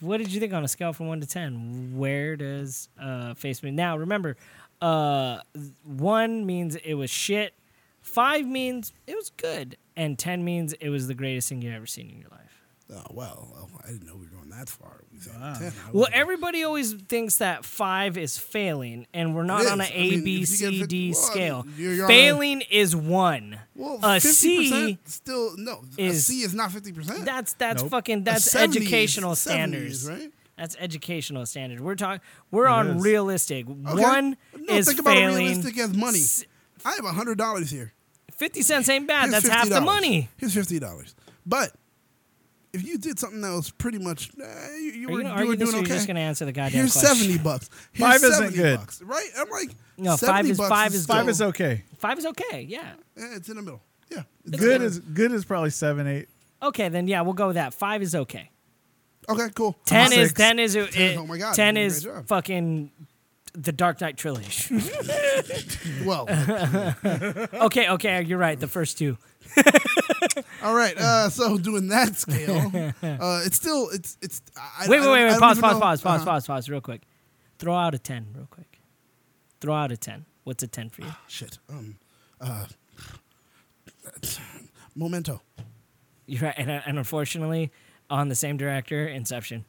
[SPEAKER 2] what did you think on a scale from one to ten? Where does uh, Face Me now? Remember, uh, one means it was shit, five means it was good, and ten means it was the greatest thing you ever seen in your life.
[SPEAKER 3] Oh well, oh, I didn't know we were going that far. We said
[SPEAKER 4] Wow.
[SPEAKER 3] 10. I was
[SPEAKER 2] Well,
[SPEAKER 3] like,
[SPEAKER 2] everybody always thinks that five is failing, and we're not
[SPEAKER 3] It
[SPEAKER 2] on
[SPEAKER 3] is.
[SPEAKER 2] an
[SPEAKER 3] I
[SPEAKER 2] A,
[SPEAKER 3] mean, if you
[SPEAKER 2] B,
[SPEAKER 3] get
[SPEAKER 2] C, D
[SPEAKER 3] fif- well, I mean,
[SPEAKER 2] scale.
[SPEAKER 3] you're- you're on a-
[SPEAKER 2] Failing is one.
[SPEAKER 3] Well,
[SPEAKER 2] a
[SPEAKER 3] 50%
[SPEAKER 2] C
[SPEAKER 3] still no.
[SPEAKER 2] is-
[SPEAKER 3] a C is not fifty percent.
[SPEAKER 2] That's that's
[SPEAKER 4] Nope.
[SPEAKER 2] fucking that's educational standards.
[SPEAKER 3] right?
[SPEAKER 2] That's educational standard. We're talking. We're on
[SPEAKER 4] is.
[SPEAKER 2] realistic.
[SPEAKER 3] Okay?
[SPEAKER 2] One
[SPEAKER 3] no,
[SPEAKER 2] is
[SPEAKER 3] think about it
[SPEAKER 2] failing.
[SPEAKER 3] realistic as money.
[SPEAKER 2] S-
[SPEAKER 3] I have hundred dollars here.
[SPEAKER 2] Fifty cents ain't bad.
[SPEAKER 3] Here's
[SPEAKER 2] That's half the
[SPEAKER 3] $50.
[SPEAKER 2] money.
[SPEAKER 3] Here's fifty dollars. But if you did something that was pretty much, eh, you, you
[SPEAKER 2] Are you
[SPEAKER 3] were
[SPEAKER 2] gonna
[SPEAKER 3] you
[SPEAKER 2] argue
[SPEAKER 3] were
[SPEAKER 2] this
[SPEAKER 3] doing
[SPEAKER 2] or you're
[SPEAKER 3] okay.
[SPEAKER 2] just gonna answer the goddamn
[SPEAKER 3] Here's
[SPEAKER 2] question?
[SPEAKER 3] seventy
[SPEAKER 4] *laughs*
[SPEAKER 3] bucks. Here's
[SPEAKER 4] Five isn't
[SPEAKER 3] 70
[SPEAKER 4] good.
[SPEAKER 3] bucks, right? I'm like,
[SPEAKER 2] No, five
[SPEAKER 3] 70
[SPEAKER 2] is-
[SPEAKER 3] bucks
[SPEAKER 2] five is
[SPEAKER 4] Five
[SPEAKER 2] good.
[SPEAKER 3] still-
[SPEAKER 4] is okay.
[SPEAKER 2] Five is okay. Yeah.
[SPEAKER 3] eh, It's in the middle. Yeah, it's
[SPEAKER 4] Good is good is probably seven, eight.
[SPEAKER 2] Okay, then yeah, we'll go with that. Five is okay.
[SPEAKER 3] Okay, cool.
[SPEAKER 2] *laughs* Ten
[SPEAKER 4] six.
[SPEAKER 2] is ten is it,
[SPEAKER 3] is- *laughs* oh my God,
[SPEAKER 2] Ten
[SPEAKER 3] you did a
[SPEAKER 2] is
[SPEAKER 3] great job.
[SPEAKER 2] fucking the Dark Knight trilogy. *laughs*
[SPEAKER 3] Well,
[SPEAKER 2] okay, okay, you're right. The first two.
[SPEAKER 3] all right. Uh, so doing that
[SPEAKER 2] *laughs*
[SPEAKER 3] scale, uh, it's still it's it's. I, I-
[SPEAKER 2] Wait, wait,
[SPEAKER 3] I don't-
[SPEAKER 2] wait,
[SPEAKER 3] I
[SPEAKER 2] wait.
[SPEAKER 3] don't
[SPEAKER 2] Pause,
[SPEAKER 3] even
[SPEAKER 2] pause,
[SPEAKER 3] know-
[SPEAKER 2] pause, pause,
[SPEAKER 3] uh-huh.
[SPEAKER 2] pause, pause. Real quick. Throw out a ten, real quick. Throw out a ten. What's a ten for you?
[SPEAKER 3] Shit. Um, uh, *sighs* Memento.
[SPEAKER 2] You're right, and, and unfortunately, on the same director, Inception.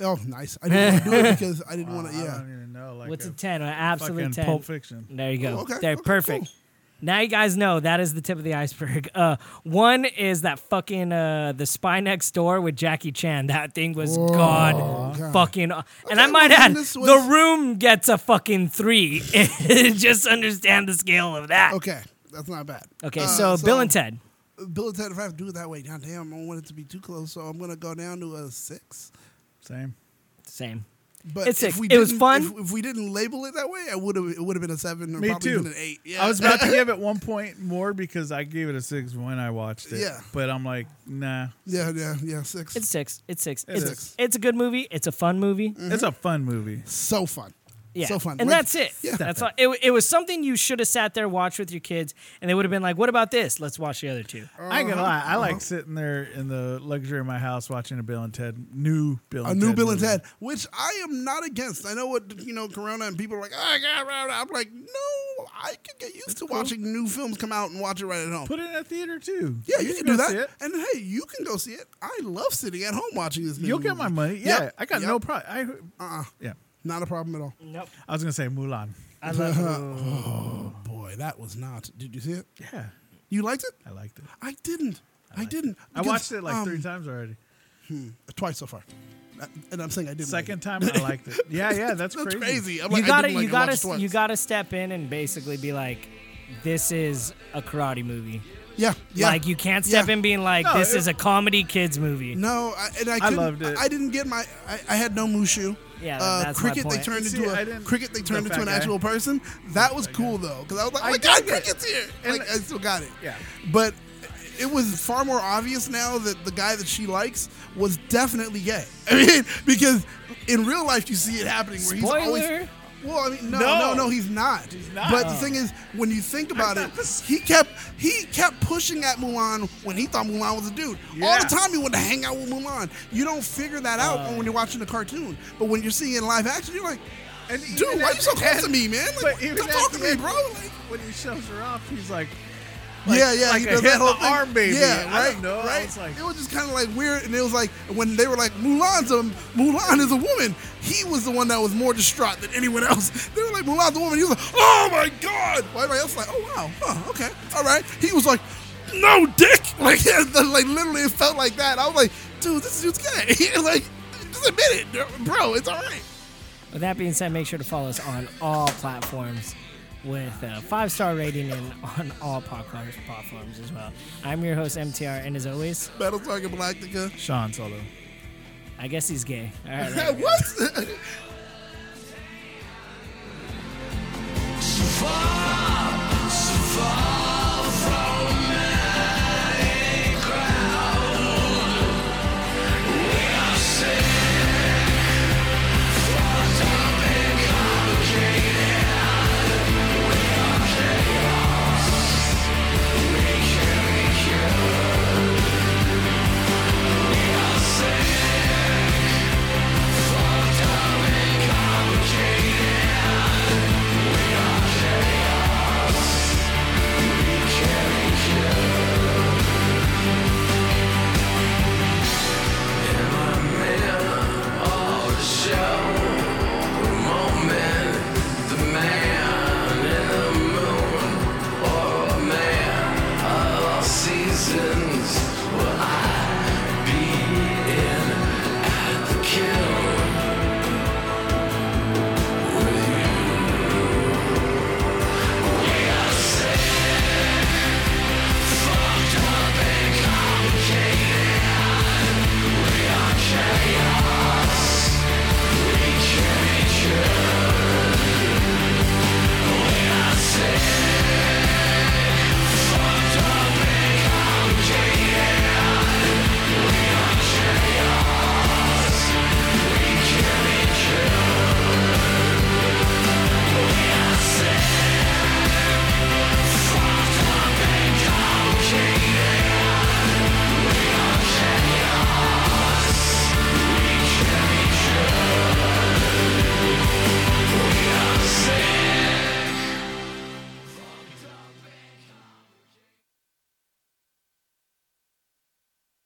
[SPEAKER 3] Oh, nice. I didn't want to
[SPEAKER 2] *laughs*
[SPEAKER 3] do it because I didn't want to.
[SPEAKER 4] I
[SPEAKER 3] Yeah.
[SPEAKER 4] don't even know. Like
[SPEAKER 2] What's
[SPEAKER 4] a
[SPEAKER 2] a ten? An absolute
[SPEAKER 4] fucking
[SPEAKER 2] ten.
[SPEAKER 4] Pulp Fiction.
[SPEAKER 2] There you go.
[SPEAKER 3] Oh, okay,
[SPEAKER 2] They're
[SPEAKER 3] okay,
[SPEAKER 2] perfect.
[SPEAKER 3] cool.
[SPEAKER 2] Now you guys know that is the tip of the iceberg. *laughs* Uh, one is that fucking uh, the spy next door with Jackie Chan. That thing was god, fucking. And I
[SPEAKER 3] Oh, Okay,
[SPEAKER 2] might add,
[SPEAKER 3] well, then this
[SPEAKER 2] the
[SPEAKER 3] was-
[SPEAKER 2] room gets a fucking three. *laughs* Just understand the scale of that. Okay,
[SPEAKER 3] Okay, that's not bad. Uh,
[SPEAKER 2] so, Bill and Ted.
[SPEAKER 3] Bill and Ted. If I have to do it that way, goddamn, I don't want it to be too close, so I'm gonna go down to a six.
[SPEAKER 4] Same.
[SPEAKER 2] Same.
[SPEAKER 3] But
[SPEAKER 2] It's
[SPEAKER 3] if
[SPEAKER 2] six.
[SPEAKER 3] we
[SPEAKER 2] It was
[SPEAKER 3] didn't-
[SPEAKER 2] fun.
[SPEAKER 3] If, if we didn't label it that way, I would have. It would have been a seven or
[SPEAKER 4] Me
[SPEAKER 3] probably
[SPEAKER 4] too.
[SPEAKER 3] even an eight. Yeah.
[SPEAKER 4] I was
[SPEAKER 3] *laughs*
[SPEAKER 4] about to give it one point more because I gave it a six when I watched it.
[SPEAKER 3] Yeah. Mm-hmm.
[SPEAKER 4] But I'm like, nah.
[SPEAKER 3] yeah, yeah, yeah. Six.
[SPEAKER 2] It's
[SPEAKER 3] It's
[SPEAKER 2] six. It's six.
[SPEAKER 4] It
[SPEAKER 2] it's
[SPEAKER 4] is.
[SPEAKER 2] it's a good movie. It's a fun movie.
[SPEAKER 4] It's a fun movie.
[SPEAKER 3] so fun.
[SPEAKER 2] Yeah.
[SPEAKER 3] Mm, So fun.
[SPEAKER 2] And
[SPEAKER 3] Like-
[SPEAKER 2] that's it.
[SPEAKER 3] Yeah.
[SPEAKER 2] That's all. It, it was something you should have sat there watched with your kids, and they would have been like, "What about this? Let's watch the other two.
[SPEAKER 4] I ain't
[SPEAKER 3] Uh-huh.
[SPEAKER 4] gonna lie. I like sitting there in the luxury of my house watching a Bill and Ted new Bill.
[SPEAKER 3] a
[SPEAKER 4] and
[SPEAKER 3] new
[SPEAKER 4] Ted
[SPEAKER 3] Bill and
[SPEAKER 4] movie.
[SPEAKER 3] Ted, which I am not against. I know what you know, Corona and people are like, "Ah, I got right. I'm like, no, I can get used to watching new films come out and watch it right at home.
[SPEAKER 4] Put it in a theater too.
[SPEAKER 3] yeah, you, can do
[SPEAKER 4] go
[SPEAKER 3] that.
[SPEAKER 4] see it.
[SPEAKER 3] And hey, you can go see it. I love sitting at home watching this.
[SPEAKER 4] You'll
[SPEAKER 3] movie.
[SPEAKER 4] get my money. Yeah,
[SPEAKER 3] Yep,
[SPEAKER 4] I got
[SPEAKER 3] yep.
[SPEAKER 4] no problem. I
[SPEAKER 3] Uh-uh.
[SPEAKER 4] yeah.
[SPEAKER 3] Not a problem at all.
[SPEAKER 4] Mm.
[SPEAKER 2] Nope.
[SPEAKER 4] I was gonna say Mulan.
[SPEAKER 2] I
[SPEAKER 3] *laughs*
[SPEAKER 2] love.
[SPEAKER 3] Oh, Boy, that was not. Did you see it?
[SPEAKER 4] Yeah,
[SPEAKER 3] You liked it?
[SPEAKER 4] I liked it.
[SPEAKER 3] I didn't. I, didn't.
[SPEAKER 4] I watched it like
[SPEAKER 3] um,
[SPEAKER 4] three times already.
[SPEAKER 3] Twice so far. And I'm saying I didn't. like it.
[SPEAKER 4] Second time I liked
[SPEAKER 3] *laughs*
[SPEAKER 4] it. Yeah, yeah, that's,
[SPEAKER 3] That's
[SPEAKER 4] crazy.
[SPEAKER 3] crazy. I'm
[SPEAKER 2] you
[SPEAKER 3] like, I
[SPEAKER 2] gotta,
[SPEAKER 3] didn't like
[SPEAKER 2] you
[SPEAKER 3] it. I
[SPEAKER 2] gotta,
[SPEAKER 3] watched it
[SPEAKER 2] you
[SPEAKER 3] twice.
[SPEAKER 2] gotta step in and basically be like, "This is a karate movie."
[SPEAKER 3] Yeah, yeah.
[SPEAKER 2] Like you can't step
[SPEAKER 3] Yeah.
[SPEAKER 2] in being like,
[SPEAKER 4] No,
[SPEAKER 2] "This is
[SPEAKER 4] it-
[SPEAKER 2] a comedy kids movie."
[SPEAKER 3] No, I, and I, couldn't,
[SPEAKER 4] loved it.
[SPEAKER 3] I didn't get my. I, I had no Mushu.
[SPEAKER 2] Yeah,
[SPEAKER 3] uh,
[SPEAKER 2] that's my
[SPEAKER 3] cricket.
[SPEAKER 2] point.
[SPEAKER 3] They turned
[SPEAKER 4] See,
[SPEAKER 3] into
[SPEAKER 4] I
[SPEAKER 3] a
[SPEAKER 4] didn't-
[SPEAKER 3] cricket. They turned
[SPEAKER 4] the
[SPEAKER 3] into an
[SPEAKER 4] fat guy.
[SPEAKER 3] actual person. That was cool though, because I was like, "Oh
[SPEAKER 4] I
[SPEAKER 3] my god,
[SPEAKER 4] dug it.
[SPEAKER 3] cricket's here!"
[SPEAKER 4] And
[SPEAKER 3] like
[SPEAKER 4] the-
[SPEAKER 3] I still got it.
[SPEAKER 4] Yeah.
[SPEAKER 3] but it was far more obvious now that the guy that she likes was definitely gay. *laughs* I mean, because in real life you see it happening where he's always.
[SPEAKER 2] Spoiler.
[SPEAKER 3] Well, I mean, no, no,
[SPEAKER 4] No.
[SPEAKER 3] no, he's not. He's
[SPEAKER 4] not.
[SPEAKER 3] But the thing is, when you think about it, he kept he kept pushing at Mulan when he thought Mulan was a dude. All
[SPEAKER 4] Yeah.
[SPEAKER 3] the time he wanted to hang out with Mulan. You don't figure that out when you're watching a cartoon, but when you're seeing it in live action, you're like,
[SPEAKER 4] And
[SPEAKER 3] dude,
[SPEAKER 4] even
[SPEAKER 3] why
[SPEAKER 4] at
[SPEAKER 3] you so
[SPEAKER 4] the
[SPEAKER 3] close
[SPEAKER 4] end-
[SPEAKER 3] to
[SPEAKER 4] *laughs*
[SPEAKER 3] me, man?
[SPEAKER 4] but
[SPEAKER 3] Like,
[SPEAKER 4] even
[SPEAKER 3] don't
[SPEAKER 4] at
[SPEAKER 3] talk to
[SPEAKER 4] the
[SPEAKER 3] me,
[SPEAKER 4] end-
[SPEAKER 3] bro.
[SPEAKER 4] *laughs*
[SPEAKER 3] Like,
[SPEAKER 4] When he shoves her off, he's like,
[SPEAKER 3] yeah, yeah,
[SPEAKER 4] like
[SPEAKER 3] he
[SPEAKER 4] a
[SPEAKER 3] does
[SPEAKER 4] hit
[SPEAKER 3] that whole
[SPEAKER 4] the
[SPEAKER 3] thing.
[SPEAKER 4] arm, baby.
[SPEAKER 3] Yeah,
[SPEAKER 4] I
[SPEAKER 3] right,
[SPEAKER 4] don't know. I
[SPEAKER 3] right.
[SPEAKER 4] was like-
[SPEAKER 3] it was just kind of like weird, and it was like when they were like, "Mulan's a Mulan is a woman." He was the one that was more distraught than anyone else. *laughs* They were like, "Mulan's a woman." He was like, "Oh my god!" Why everybody else was like, "Oh wow, huh, okay, all right." He was like, "No, dick!" *laughs* Like, like literally, it felt like that. I was like, "Dude, this dude's gay." *laughs* like, just admit it, bro. It's all right.
[SPEAKER 2] With that being said, make sure to follow us on all platforms with a five star rating and on all platforms platforms as well. I'm your host MTR, and as always,
[SPEAKER 3] Battlestar Galactica.
[SPEAKER 4] Sean Solo.
[SPEAKER 2] I guess he's gay. All right. there we go.
[SPEAKER 3] *laughs* what?
[SPEAKER 6] Seasons, well, I